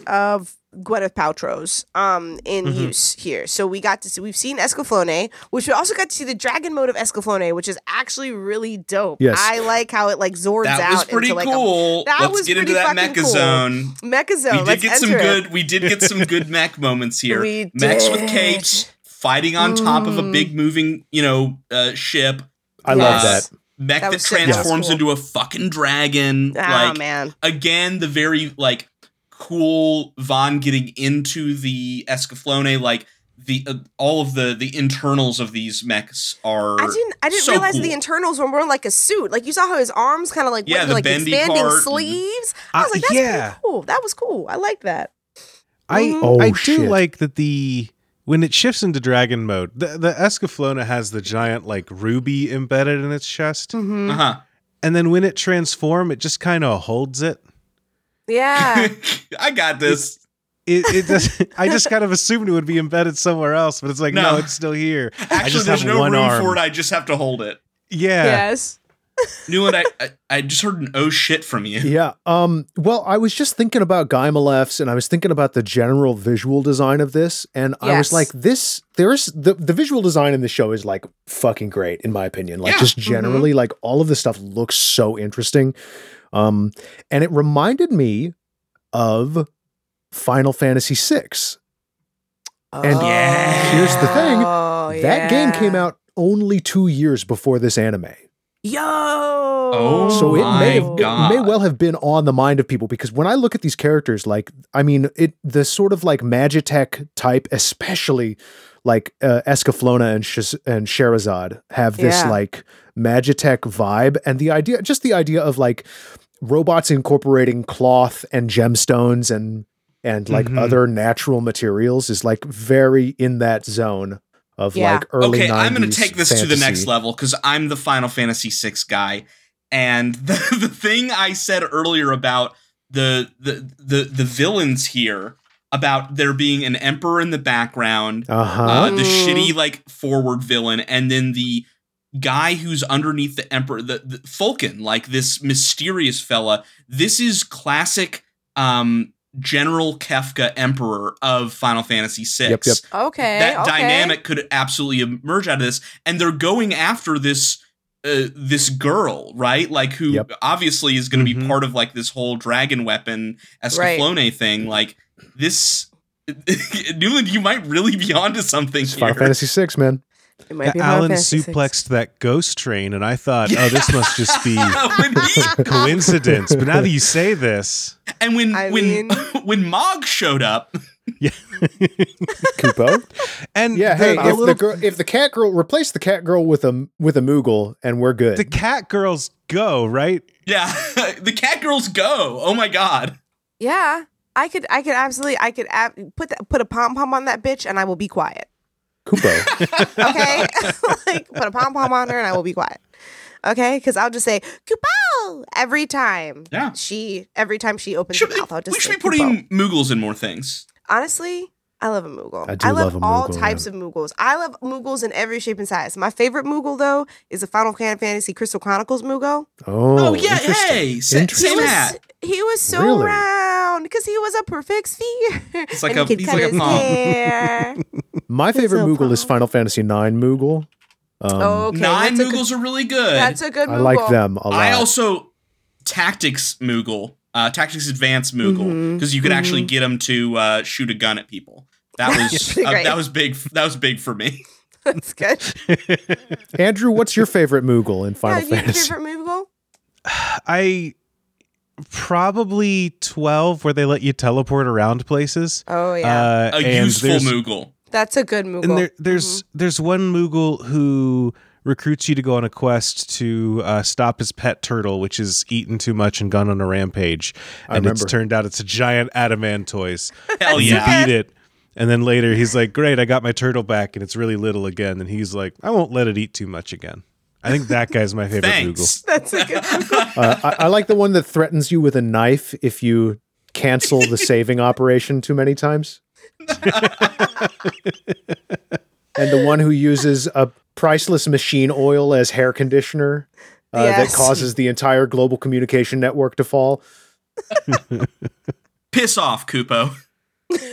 S1: Yes.
S2: of Gwyneth Paltrow's um in
S1: Mm-hmm.
S2: use here. So we got to see we've seen Escaflone, which we also got to see the dragon mode of Escaflone, which is actually really dope.
S1: Yes.
S2: I like how it like zords
S3: that
S2: out
S3: was pretty
S2: into like
S3: cool.
S2: that
S3: Let's
S2: was
S3: get into
S2: pretty
S3: that mecha
S2: fucking cool.
S3: zone.
S2: a mecha zone.
S3: we did
S2: Let's
S3: get
S2: enter
S3: some
S2: it.
S3: good. We did get some good mech moments here.
S2: We
S3: Mechs with
S2: did.
S3: capes fighting on top of a
S2: Mm.
S3: big moving, you know, uh, ship.
S1: I
S2: Yes.
S1: love that.
S3: Mech
S2: That
S3: that,
S2: was sick. That was
S3: transforms
S2: cool.
S3: into a fucking dragon.
S2: Ah
S3: like
S2: man.
S3: again the very like cool Von getting into the Escaflone like the uh, all of the the internals of these mechs are
S2: I didn't. I didn't
S3: so
S2: realize the
S3: cool.
S2: internals were more like a suit. Like you saw how his arms kind of like
S3: Yeah,
S2: went
S3: the
S2: like
S3: bendy
S2: expanding
S3: part.
S2: sleeves.
S4: Uh,
S2: I was like, that's
S4: yeah.
S2: pretty cool. That was cool. I like that.
S4: I
S2: Mhm.
S1: Oh,
S4: I do
S1: shit.
S4: like that the when it shifts into dragon mode, the the Escaflowne has the giant like ruby embedded in its chest,
S1: Hmm. Mm-hmm.
S3: uh-huh
S4: and then when it transform, it just kind of holds it.
S2: Yeah.
S3: I got this
S4: It, it does. I just kind of assumed it would be embedded somewhere else, but it's like no,
S3: No.
S4: it's still here. I
S3: actually
S4: just
S3: there's
S4: have
S3: no
S4: one
S3: room
S4: arm.
S3: for it I just have to hold it
S4: Yeah,
S2: yes.
S3: Newland I, I I just heard an oh shit from you
S1: Yeah. Um, well, I was just thinking about Gaimalefs and I was thinking about the general visual design of this. And I was
S2: Yes.
S1: like, this, there's the, the visual design in the show is like fucking great, in my opinion. Like,
S3: Yeah.
S1: just
S2: Mm-hmm.
S1: generally, like, all of this stuff looks so interesting. Um, and it reminded me of Final Fantasy VI. And
S3: Yeah.
S1: here's the thing,
S2: Oh,
S1: that game
S2: yeah.
S1: came out only two years before this anime.
S2: Yo.
S3: Oh
S1: So it
S3: my
S1: may, have-
S3: God.
S1: it may well have been on the mind of people because when I look at these characters, like I mean, it the sort of like Magitech type, especially like uh, Escaflowne and Shaz- and Sherazade have this
S2: Yeah.
S1: like Magitech vibe, and the idea, just the idea of like robots incorporating cloth and gemstones and and like
S3: Mm-hmm.
S4: Mhm.
S1: other natural materials is like very in that zone of
S2: Yeah.
S1: like early.
S3: okay, I'm going
S1: 90s
S3: to take this to the next
S1: fantasy.
S3: level because I'm the Final Fantasy VI guy, and the, the thing I said earlier about the, the the the villains here about there being an emperor in the background,
S1: Uh-huh.
S3: uh, the
S2: Mm.
S3: shitty like forward villain, and then the guy who's underneath the emperor, the, the Falcon, like this mysterious fella. This is classic. um General Kefka Emperor of Final Fantasy VI
S1: Yep, yep.
S2: Okay.
S3: that
S2: okay.
S3: dynamic could absolutely emerge out of this and they're going after this uh, this girl right like who
S1: Yep.
S3: obviously is going to
S4: Mhm.
S3: be part of like this whole dragon weapon
S2: Right.
S3: escaflone thing like this Newland, you might really be onto something
S1: It's Final
S3: here.
S1: Fantasy Six, man.
S2: It might be Final
S4: Alan
S2: Fantasy VI.
S4: suplexed that ghost train, and I thought, oh, this must just be
S3: when he,
S4: coincidence. But now that you say this,
S3: and when
S2: I
S3: when
S2: mean-
S3: when Mog showed up,
S1: Kupo.
S4: and
S1: Yeah,
S4: the,
S1: hey,
S4: the
S1: if the
S4: little-
S1: girl, if the cat girl, replace the cat girl with a with a Moogle, and we're good.
S4: the cat girls go right.
S3: yeah, the cat girls go. Oh my god.
S2: Yeah. I could I could absolutely I could ab- put that, put a pom pom on that bitch and I will be quiet.
S1: Kupo.
S2: Okay? like put a pom pom on her and I will be quiet. Okay? Cuz I'll just say Kupo every time.
S3: Yeah.
S2: She every time she opens
S3: Should
S2: her
S3: we,
S2: mouth I'll just
S3: we should
S2: say,
S3: be
S2: "Kupo."
S3: putting Moogles in more things.
S2: Honestly, I love a Moogle.
S1: I do
S2: love,
S1: love a
S2: all
S1: Moogle,
S2: types of Moogles. I love Moogles in every shape and size. My favorite Moogle though is the Final Fantasy Crystal Chronicles Moogle.
S1: Oh,
S3: Oh, yeah,
S1: interesting.
S3: hey, sa-
S1: Interesting.
S3: same
S2: was-
S3: hat.
S2: He was so
S1: Really?
S2: round because he was a perfect sphere. It's
S3: like a-
S2: he could
S3: he's
S2: cut
S3: like a
S2: his
S3: palm.
S2: hair.
S1: My
S2: It's
S1: favorite
S2: a
S1: Moogle is
S2: problem.
S1: Final Fantasy Nine Moogle. Um,
S2: okay,
S3: Nine
S2: that's a
S3: Moogles
S2: Good,
S3: are really good.
S2: that's a Oh, good.
S1: I like
S2: Moogle.
S1: them a lot.
S3: I also tactics Moogle, uh, tactics advanced Moogle,
S2: Mhm,
S3: because you could
S2: mhm.
S3: actually get them to uh, shoot a gun at people. That was uh,
S2: Great.
S3: that was big. That was big for me.
S2: That's good.
S1: Andrew, what's your favorite Moogle in
S2: Yeah,
S1: Final
S2: you have a
S1: Fantasy?
S2: favorite Moogle?
S4: I probably twelve where they let you teleport around places.
S2: Oh yeah,
S4: Uh,
S3: A
S4: and
S3: useful
S4: there's-
S3: Moogle.
S2: that's a good Moogle. Mm-hmm.
S4: And there, there's there's one Moogle who recruits you to go on a quest to uh, stop his pet turtle, which is eaten too much and gone on a rampage.
S1: I
S4: And it's
S1: remember.
S4: turned out it's a giant adamantoise.
S3: Hell
S4: And you
S3: yeah!
S4: beat it. And then later he's like, "Great, I got my turtle back, and it's really little again." And he's like, "I won't let it eat too much again." I think that guy's my favorite Moogle.
S3: Thanks.
S2: that's a good. Moogle.
S1: Uh, I, I like the one that threatens you with a knife if you cancel the saving operation too many times. and the one who uses a priceless machine oil as hair conditioner uh,
S2: Yes.
S1: that causes the entire global communication network to fall.
S3: Piss off, Kupo.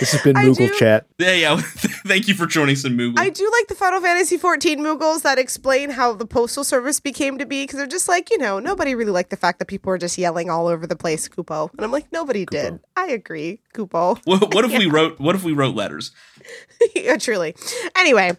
S1: This has been
S2: I
S1: Moogle
S2: do-
S1: Chat.
S3: Yeah, yeah. Thank you for joining some Moogle.
S2: I do like the Final Fantasy 14 Moogles that explain how the postal service became to be because they're just like you know nobody really liked the fact that people were just yelling all over the place Kupo and I'm like nobody did. I agree, Kupo.
S3: what, what if we wrote? What if we wrote letters?
S2: yeah, truly. Anyway,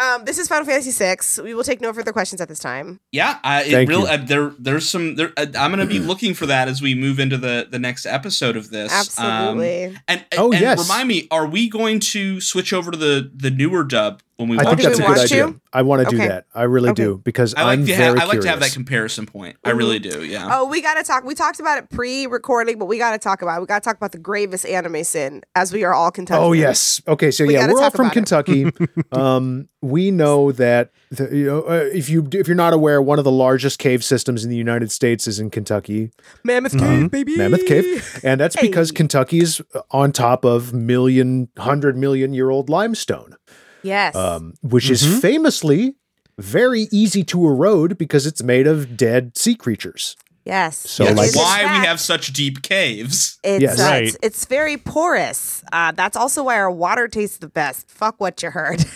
S2: um, this is Final Fantasy VI. We will take no further questions at this time.
S3: Yeah, I, it
S1: Thank
S3: real,
S1: you.
S3: uh, there, there's some. There, uh, I'm going to be looking for that as we move into the the next episode of this. Um,
S2: Absolutely.
S3: And,
S1: Oh,
S3: and
S1: yes.
S3: remind me, are we going to switch over to the the newer dub when we
S1: I
S3: watch
S1: think
S2: do
S1: that's a
S2: we
S1: good
S2: want
S1: idea.
S2: to?
S1: I want to do
S2: Okay.
S1: that. I really
S2: Okay.
S1: do because
S3: I like
S1: I'm
S3: to
S1: very
S3: have I like to have that
S1: curious.
S3: comparison point. I really do. Yeah.
S2: oh, we gotta talk. We talked about it pre-recording, but we gotta talk about it. We gotta talk about the gravest anime sin, as we are all contenders.
S1: Oh yes. Okay. So
S2: We
S1: yeah,
S2: gotta
S1: we're all
S2: talk
S1: from
S2: about it.
S1: Kentucky. um, we know that the, you know, uh, if you if you're not aware, one of the largest cave systems in the United States is in Kentucky,
S2: Mammoth Cave, baby.
S1: Mm-hmm. Mammoth Cave, and that's because
S2: Hey.
S1: Kentucky is uh, on top of million hundred million year old limestone,
S2: Yes.
S1: um, which is
S2: Mm-hmm.
S4: Mhm.
S1: famously very easy to erode because it's made of dead sea creatures.
S2: yes.
S1: so,
S3: That's
S1: like-
S2: It's
S3: why we
S2: fact.
S3: have such deep caves.
S2: It's,
S1: Yes.
S2: uh,
S4: Right.
S2: it's it's very porous. Uh, that's also why our water tastes the best. Fuck what you heard.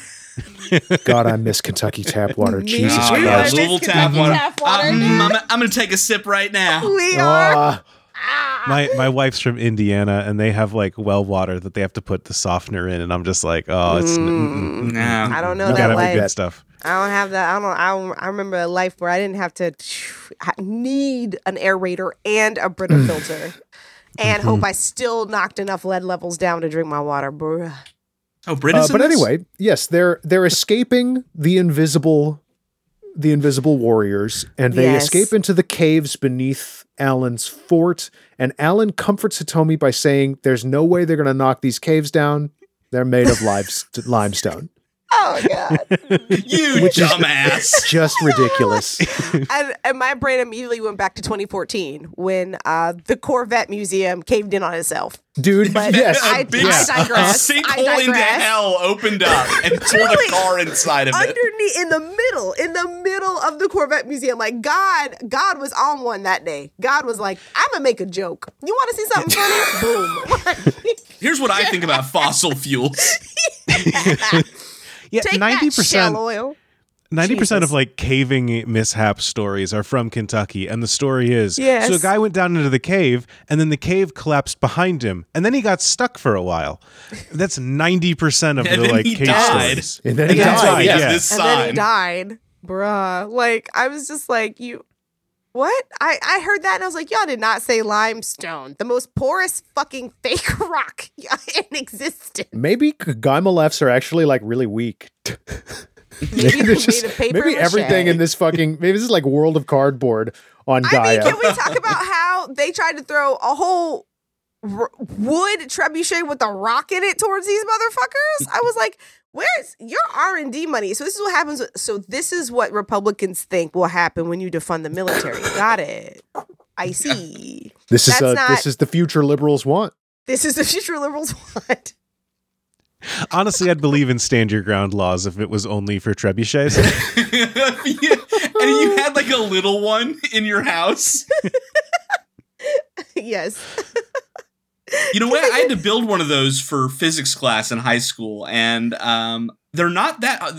S1: God, I miss Kentucky tap water.
S2: Me
S1: Jesus
S2: too.
S3: Oh, yeah,
S1: Christ.
S3: Louisville
S2: Biscuit
S3: tap
S2: Kentucky
S3: water.
S2: tap water,
S3: Uh, mm,
S2: dude. Oh,
S3: I'm, I'm gonna take a sip right now.
S2: we are.
S1: Ah,
S4: My my wife's from Indiana, and they have like well water that they have to put the softener in, and I'm just like, oh, it's.
S2: Mm.
S3: No.
S2: I don't know
S1: You
S2: that
S4: gotta
S1: like
S4: be
S2: life.
S4: good stuff.
S2: I don't have that. I don't. I don't, I remember a life where I didn't have to ha- need an aerator and a Brita
S1: Mm.
S2: filter, and
S1: Mm-hmm.
S2: hope I still knocked enough lead levels down to drink my water, bruh.
S3: Oh,
S1: Uh,
S3: Brita's.
S1: but anyway, yes, they're they're escaping the invisible the invisible warriors and they
S2: Yes.
S1: escape into the caves beneath Alan's fort and Alan comforts Hitomi by saying there's no way they're going to knock these caves down. They're made of limes- limestone.
S2: Oh god!
S3: you
S1: Which is-
S3: dumbass.
S1: Just ridiculous.
S2: and, and my brain immediately went back to 2014 when uh, the Corvette Museum caved in on itself.
S1: Dude,
S2: But
S1: yes.
S2: I, I
S3: Big
S4: Yeah.
S2: digress. I
S3: sinkhole into
S2: digress.
S3: hell opened up and pulled a car inside of it.
S2: underneath in the middle in the middle of the corvette museum like god god was on one that day god was like i'm gonna make a joke you want to see something funny boom
S3: Here's what I think about fossil fuels.
S4: Yeah,
S2: take 90%
S4: ninety
S2: that shell
S4: percent
S2: oil
S4: Ninety percent
S2: Jesus.
S4: of like caving mishap stories are from Kentucky, and the story is
S2: Yes.
S4: so a guy went down into the cave, and then the cave collapsed behind him, and then he got stuck for a while. That's ninety percent of
S3: And
S4: the
S3: then
S4: like
S3: he
S4: cave
S3: died.
S4: stories.
S1: And then he
S4: then
S1: died,
S4: yeah.
S1: yes.
S3: This
S2: and then he
S3: sign.
S2: died bruh like i was just like you what I, I heard that and i was like y'all did not say limestone the most porous fucking fake rock in existence
S1: Maybe Gaimalefs are actually like really weak.
S2: maybe,
S1: They're
S2: it was
S1: just-
S2: made of paper
S1: maybe everything
S2: mache.
S1: in this fucking maybe this is like world of cardboard on
S2: I mean,
S1: Gaia.
S2: can we talk about how they tried to throw a whole r- wood trebuchet with a rock in it towards these motherfuckers? I was like, "Where's your R and D money?" So this is what happens. With, so this is what Republicans think will happen when you defund the military. Got it? I see.
S1: this is
S2: that's
S1: uh,
S2: not-
S1: this is the future liberals want.
S2: This is the future liberals want.
S4: Honestly, I'd believe in stand your ground laws if it was only for trebuchets.
S3: Yeah. And you had like a little one in your house.
S2: yes.
S3: You know what? I had to build one of those for physics class in high school, and um, they're not that. uh,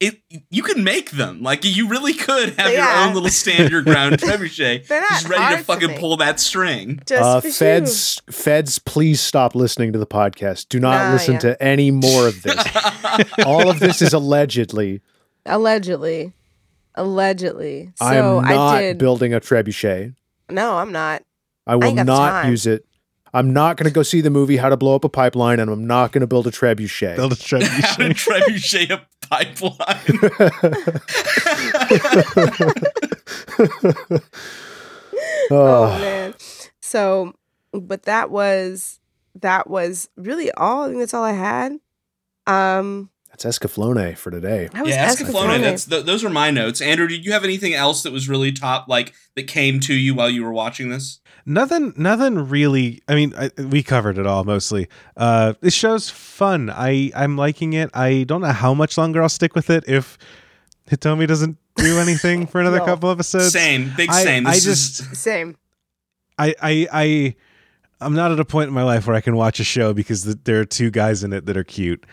S3: It you could make them like you really could have
S2: Yeah.
S3: your own little stand your ground trebuchet,
S2: They're not
S3: just ready
S2: hard
S3: to
S2: to
S3: fucking
S2: make.
S3: pull that string.
S2: Just
S1: Uh,
S2: for you.
S1: feds, feds, please stop listening to the podcast. Do not
S2: Nah,
S1: listen
S2: yeah.
S1: to any more of this. All of this is allegedly.
S2: Allegedly. Allegedly. So
S1: I'm
S2: I
S1: not
S2: did.
S1: building a trebuchet.
S2: no, I'm not.
S1: I will
S2: ain't got
S1: not
S2: the time.
S1: use it. I'm not going to go see the movie How to Blow Up a Pipeline, and I'm not going to build a trebuchet.
S4: Build a
S3: How to
S4: trebuchet.
S3: trebuchet a pipeline.
S2: oh
S1: oh,
S2: man so but that was that was really all i think that's all i had um
S1: that's Escaflone for today.
S2: i was
S3: yeah, that's
S2: asking
S3: Kelowna.
S2: Kelowna.
S3: That's th- those are my notes. Andrew, did you have anything else that was really top, like that came to you while you were watching this?
S4: Nothing, nothing really. I mean, I, we covered it all mostly. Uh, this show's fun. I, I'm liking it. I don't know how much longer I'll stick with it if Hitomi doesn't do anything for another
S2: No.
S4: couple episodes.
S3: same, big
S4: I-
S3: same.
S4: I
S3: This
S4: just-
S3: is
S2: same
S4: I, I, I, I'm not at a point in my life where I can watch a show because th there are two guys in it that are cute.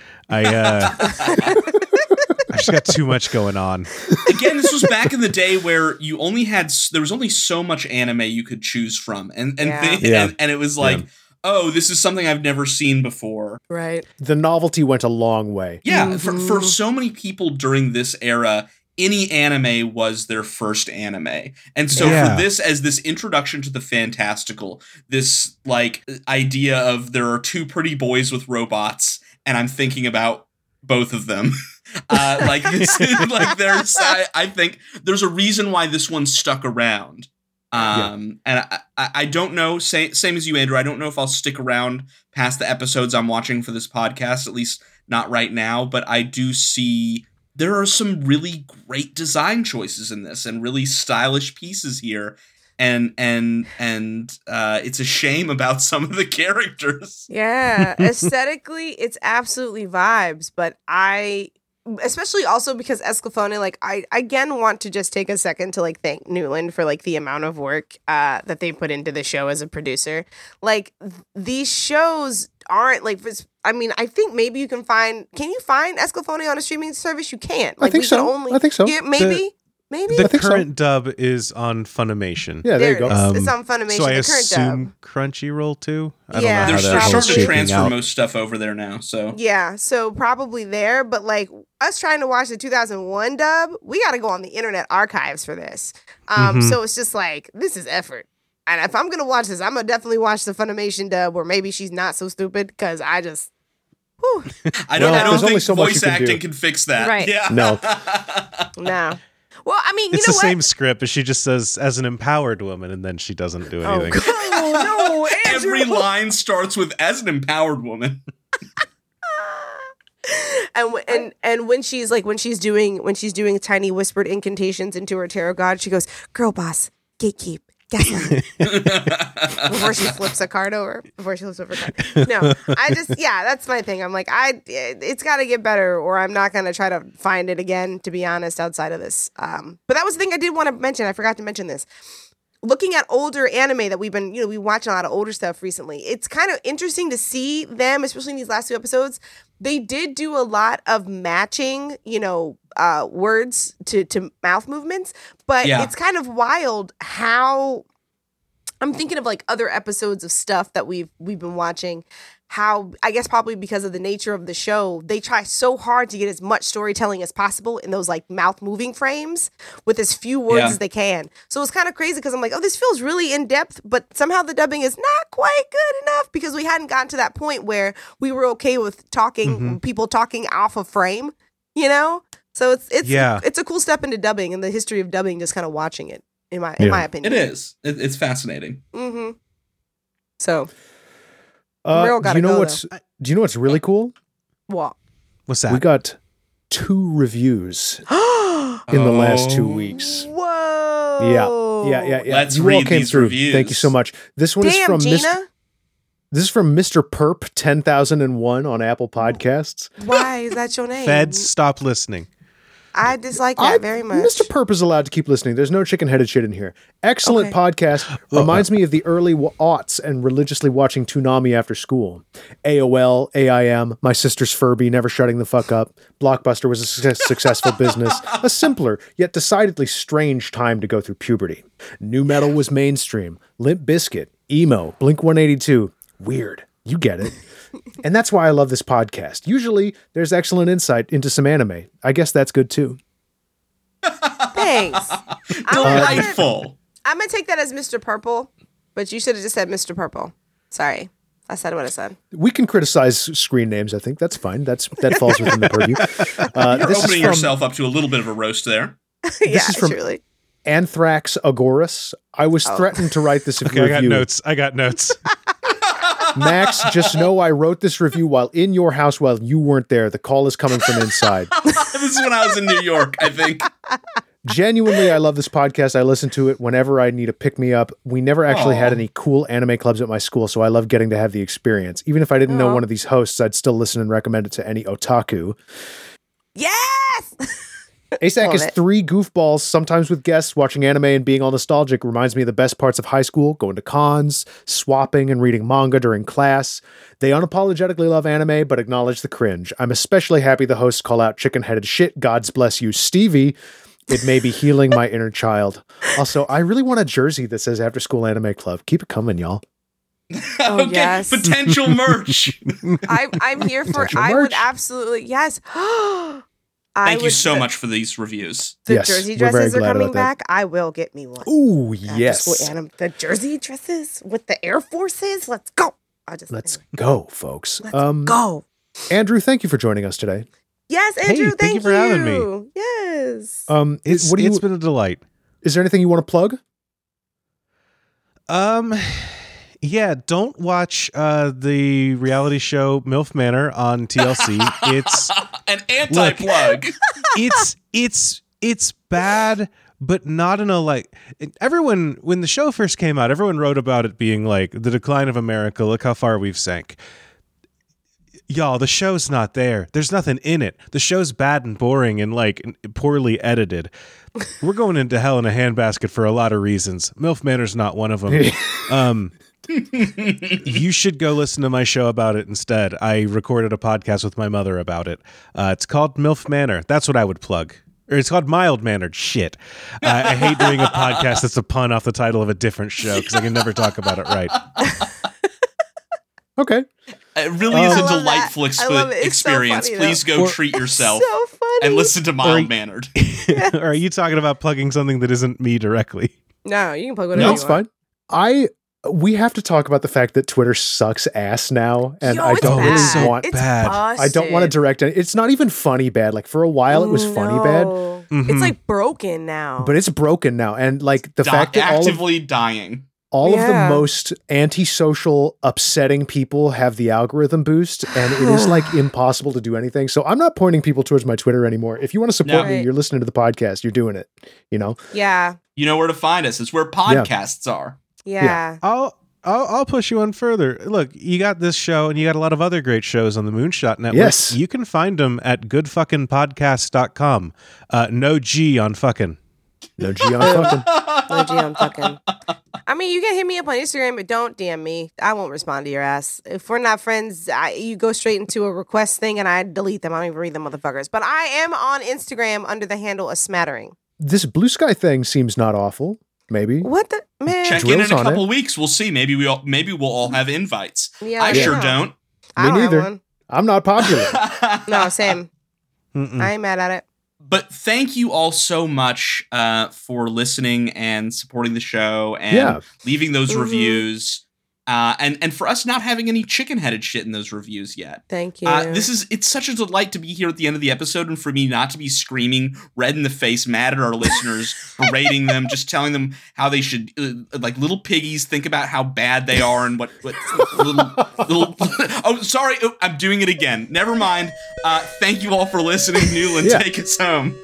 S4: I, uh, I just got too much going on.
S3: again. This was back in the day where you only had s- there was only so much anime you could choose from, and and
S2: Yeah.
S3: thi-
S4: Yeah.
S3: and, and it was like.
S4: Yeah.
S3: Oh, this is something I've never seen before.
S2: right
S1: The novelty went a long way.
S3: Yeah,
S2: Mhm.
S3: for, for so many people during this era, any anime was their first anime. And so
S4: Yeah.
S3: for this as this introduction to the fantastical, this like idea of there are two pretty boys with robots and I'm thinking about both of them. Uh, like this is like there's I, I think there's a reason why this one stuck around. Um and I, I I don't know same same as you Andrew I don't know if I'll stick around past the episodes I'm watching for this podcast at least not right now, but I do see there are some really great design choices in this and really stylish pieces here. And and and uh, it's a shame about some of the characters.
S2: yeah aesthetically it's absolutely vibes but i especially also because escafone like i again want to just take a second to like thank newland for like the amount of work uh that they put into the show as a producer like th- these shows aren't like this- i mean i think maybe you can find can you find escafone on a streaming service you can't like
S1: I think
S2: we
S1: so.
S2: can only
S1: I think so.
S2: yeah, maybe
S4: The-
S2: Maybe
S4: The
S1: think so.
S4: current dub is on Funimation.
S1: Yeah, there you
S2: it
S1: go.
S2: is.
S4: Um,
S2: it's on Funimation.
S4: so I
S2: the current dub.
S4: assume Crunchyroll too. I
S2: Yeah.
S4: don't know
S3: They're,
S4: how
S2: There's-
S4: that
S3: they're
S4: whole
S3: starting to
S4: shaking
S3: transfer
S4: out.
S3: most stuff over there now. So
S2: Yeah, so probably there, but like us trying to watch the 2001 dub, we got to go on the internet archives for this. Um,
S4: Mhm.
S2: So it's just like this is effort. And if I'm gonna watch this, I'm gonna definitely watch the Funimation dub, where maybe she's not so stupid because I just, whew,
S3: I don't,
S2: Well,
S3: I don't
S2: there's
S1: only
S3: think
S1: so much you
S3: voice
S1: can
S3: acting
S1: do.
S3: can fix that.
S2: Right.
S3: Yeah.
S1: No.
S2: no. Well, I mean, you
S4: It's
S2: know
S4: the
S2: what?
S4: same script, but she just says as an empowered woman, and then she doesn't do
S2: oh,
S4: anything.
S2: God, no, Andrew.
S3: Every line starts with as an empowered woman.
S2: and w- and and when she's like when she's doing when she's doing tiny whispered incantations into her tarot god, she goes, "Girl boss, gatekeep, gaslight." before she flips a card over, before she flips over a card. No, I just yeah, that's my thing. I'm like, I it- it's got to get better, or I'm not gonna try to find it again. To be honest, outside of this, um, but that was the thing I did want to mention. I forgot to mention this looking at older anime that we've been, you know, we watching a lot of older stuff recently. It's kind of interesting to see them, especially in these last two episodes. They did do a lot of matching, you know, uh, words to to mouth movements, but
S3: Yeah.
S2: it's kind of wild how I'm thinking of like other episodes of stuff that we've we've been watching. How I guess probably because of the nature of the show, they try so hard to get as much storytelling as possible in those like mouth moving frames with as few words
S3: Yeah.
S2: as they can. So it's kind of crazy because I'm like, oh, this feels really in depth, but somehow the dubbing is not quite good enough because we hadn't gotten to that point where we were okay with talking
S1: Mm-hmm.
S2: people talking off of frame, you know. So it's it's
S4: Yeah.
S2: it's a cool step into dubbing and the history of dubbing, just kind of watching it in my in
S1: Yeah.
S2: my
S3: it
S2: opinion.
S3: is. It, it's fascinating.
S2: Mm-hmm. So
S1: Uh,
S2: Merrill
S1: do
S2: gotta
S1: you know
S2: go,
S1: what's Do you know what's really cool?
S2: what?
S4: What's
S1: We
S4: that?
S1: got two reviews in the last two
S3: Oh.
S1: weeks.
S2: Whoa!
S1: Yeah, yeah, yeah.
S3: Let's
S1: you all
S3: read
S1: came
S3: these
S1: through.
S3: reviews.
S1: Thank you so much. This one is
S2: Damn,
S1: from
S2: Gina.
S1: Mr. This is from Mr. Perp ten thousand and one on Apple Podcasts.
S2: Why is that your name?
S4: Feds, stop listening.
S2: I dislike that
S1: I-
S2: very much.
S1: Mr. Perp is allowed to keep listening. There's no chicken headed shit in here. Excellent
S2: Okay.
S1: podcast. Reminds me of the early wa- aughts and religiously watching Toonami after school. AOL, AIM, my sister's Furby, never shutting the fuck up. Blockbuster was a success- successful business. A simpler, yet decidedly strange time to go through puberty. New metal was mainstream. Limp Biscuit, emo, Blink 182. Weird. You get it. And that's why I love this podcast. Usually, there's excellent insight into some anime. I guess that's good too.
S2: Thanks. I'm, I'm gonna-
S3: Delightful.
S2: I'm gonna take that as Mr. Purple, but you should have just said Mr. Purple. Sorry, I said what I said.
S1: we can criticize screen names. I think that's fine. That's that falls within the purview. Uh,
S3: You're
S1: this is
S3: opening
S1: from
S3: yourself up to a little bit of a roast there.
S2: yeah,
S1: is from-
S2: truly.
S1: Anthrax Agoras. I was threatened to write this
S4: Okay, I got
S1: review.
S4: notes. I got notes.
S1: Max, just know I wrote this review while in your house while you weren't there. The call is coming from inside.
S3: this is when I was in New York, I think.
S1: Genuinely, I love this podcast. I listen to it whenever I need a pick me up. We never actually
S3: Aw.
S1: had any cool anime clubs at my school, so I love getting to have the experience. Even if I didn't know
S2: Aw.
S1: one of these hosts, I'd still listen and recommend it to any otaku.
S2: Yes.
S1: ASAC
S2: Love
S1: is
S2: it.
S1: three goofballs, sometimes with guests, watching anime and being all nostalgic. Reminds me of the best parts of high school, going to cons, swapping, and reading manga during class. They unapologetically love anime, but acknowledge the cringe. I'm especially happy the hosts call out chicken headed shit. God's bless you, Stevie. It may be healing my inner child. Also, I really want a jersey that says after school anime club. Keep it coming, y'all.
S2: Oh, yes.
S3: Potential merch.
S2: I, I'm here for.
S1: Potential
S2: I
S1: merch.
S2: would absolutely yes. I
S3: Thank you
S2: would-
S3: so much for these reviews.
S2: The
S1: Yes,
S2: jersey
S1: we're very
S2: dresses are
S1: glad
S2: coming
S1: about that.
S2: back. I will get me one.
S1: Ooh,
S2: After
S1: yes.
S2: school anim- the jersey dresses with the Air Forces. Let's go. I just
S1: Let's
S2: anyway,
S1: go, folks.
S2: let's
S1: Um,
S2: go.
S1: Andrew, thank you for joining us today.
S2: Yes,
S4: Hey,
S2: Andrew.
S4: thank you for having me.
S2: you. Yes.
S3: Oh,
S1: Um,
S4: It's,
S1: what do
S4: it's
S1: you,
S4: been a delight.
S1: is there anything you want to plug?
S4: Um, yeah, don't watch uh, the reality show MILF Manor on TLC. it's
S3: An anti plug.
S4: it's it's it's bad but not in a like it- everyone when the show first came out everyone wrote about it being like the decline of america look how far we've sank y'all the show's not there there's nothing in it the show's bad and boring and like poorly edited we're going into hell in a handbasket for a lot of reasons milf manor's not one of them um you should go listen to my show about it instead. I recorded a podcast with my mother about it. Uh, it's called MILF Manor. That's what I would plug. or it's called mild mannered shit. I I hate doing a podcast that's a pun off the title of a different show because I can never talk about it right.
S1: Okay.
S3: It really
S1: Um, I
S3: is a
S1: love
S2: that.
S3: delightful
S2: Oh, I
S3: exp-
S2: love it. It's so
S3: experience.
S2: funny, though.
S3: Please go
S4: Or-
S3: treat yourself
S2: so funny.
S3: and listen to mild mannered.
S4: or are you talking about plugging something that isn't me directly?
S2: No, you can plug whatever.
S1: No,
S2: you
S1: it's
S2: want.
S1: fine. I we have to talk about the fact that Twitter sucks ass now, and
S2: Yo,
S1: I
S2: it's
S1: don't
S2: bad.
S4: It's so
S1: really want.
S2: It's
S4: bad.
S1: I don't want to
S2: busted.
S1: direct it. It's not even funny bad. Like for a while, it was funny bad,
S2: No.
S4: Mhm.
S3: Mm-hmm.
S2: It's like broken now.
S1: but it's broken now. And like the
S3: Di-
S1: fact that all of,
S3: actively dying.
S1: all of
S2: Yeah.
S1: the most antisocial, upsetting people have the algorithm boost, and it is like impossible to do anything. So I'm not pointing people towards my Twitter anymore. If you want to support
S3: No.
S1: me,
S2: Right.
S1: you're listening to the podcast. You're doing it. You know.
S2: yeah,
S3: You know where to find us. It's where podcasts are.
S2: yeah.
S4: I'll I'll, I'll push you on further. Look, you got this show, and you got a lot of other great shows on the Moonshot Network.
S1: Yes.
S4: you can find them at goodfuckingpodcast.com. Uh, no G on fucking.
S1: No G on fucking.
S2: No, G, I'm fucking. I mean, you can hit me up on Instagram, but don't DM me. I won't respond to your ass. If we're not friends, I, you go straight into a request thing, and I delete them. I don't even read them, motherfuckers. But I am on Instagram under the handle a smattering.
S1: This blue sky thing seems not awful. Maybe.
S2: What the man?
S3: Check in in
S1: Drills
S3: a
S1: on it.
S3: couple weeks. We'll see. Maybe we all maybe we'll all have invites.
S2: Yeah,
S3: I
S2: don't
S3: sure
S2: know.
S3: don't.
S2: I
S1: Me
S2: don't have
S1: neither.
S2: one.
S1: I'm not popular.
S3: Ah,
S2: No, same.
S3: mm.
S4: Mm-mm.
S2: I ain't mad at it.
S3: but thank you all so much uh, for listening and supporting the show and
S1: Yeah.
S3: leaving those
S2: Mhm.
S3: reviews uh, and and for us not having any chicken headed shit in those reviews yet
S2: Thank you.
S3: uh, this is it's such a delight to be here at the end of the episode and for me not to be screaming red in the face mad at our listeners berating them just telling them how they should uh, like little piggies think about how bad they are and what, what little, little oh sorry oh, i'm doing it again never mind uh, thank you all for listening newland
S1: Yeah.
S3: take us home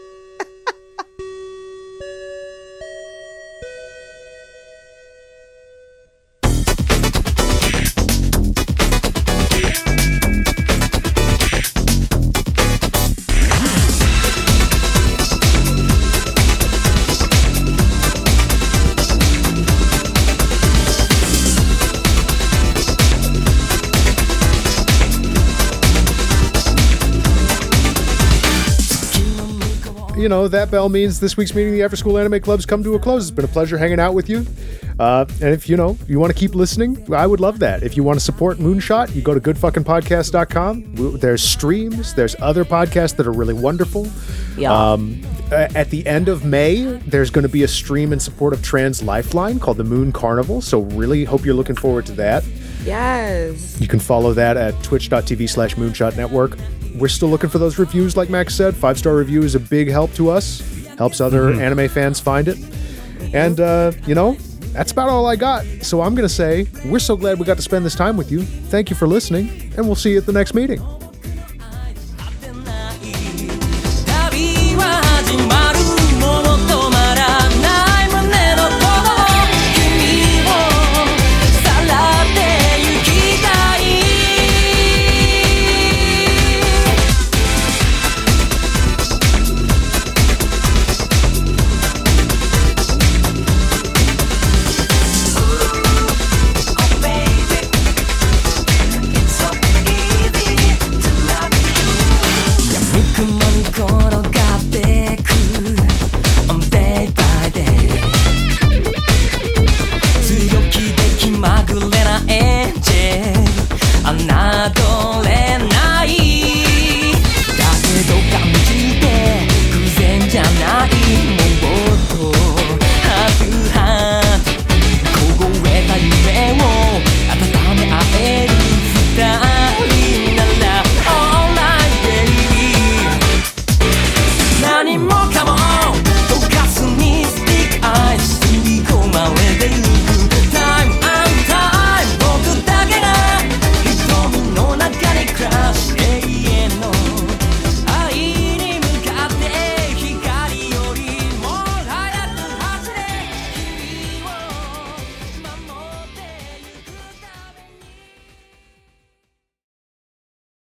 S1: you know, that bell means this week's meeting of the After School Anime Club's come to a close. It's been a pleasure hanging out with you. Uh, and if you know you want to keep listening, I would love that. If you want to support Moonshot, you go to goodfuckingpodcast.com. We- There's streams, there's other podcasts that are really wonderful.
S2: Yeah.
S1: Um, a- at the end of May, there's going to be a stream in support of Trans Lifeline called the Moon Carnival. So really hope you're looking forward to that.
S2: yes.
S1: You can follow that at twitch.tv slash moonshot network. We're still looking for those reviews, like Max said. Five star review is a big help to us, helps other anime fans find it. And, uh, you know, that's about all I got. So I'm going to say, we're so glad we got to spend this time with you. Thank you for listening, and we'll see you at the next meeting.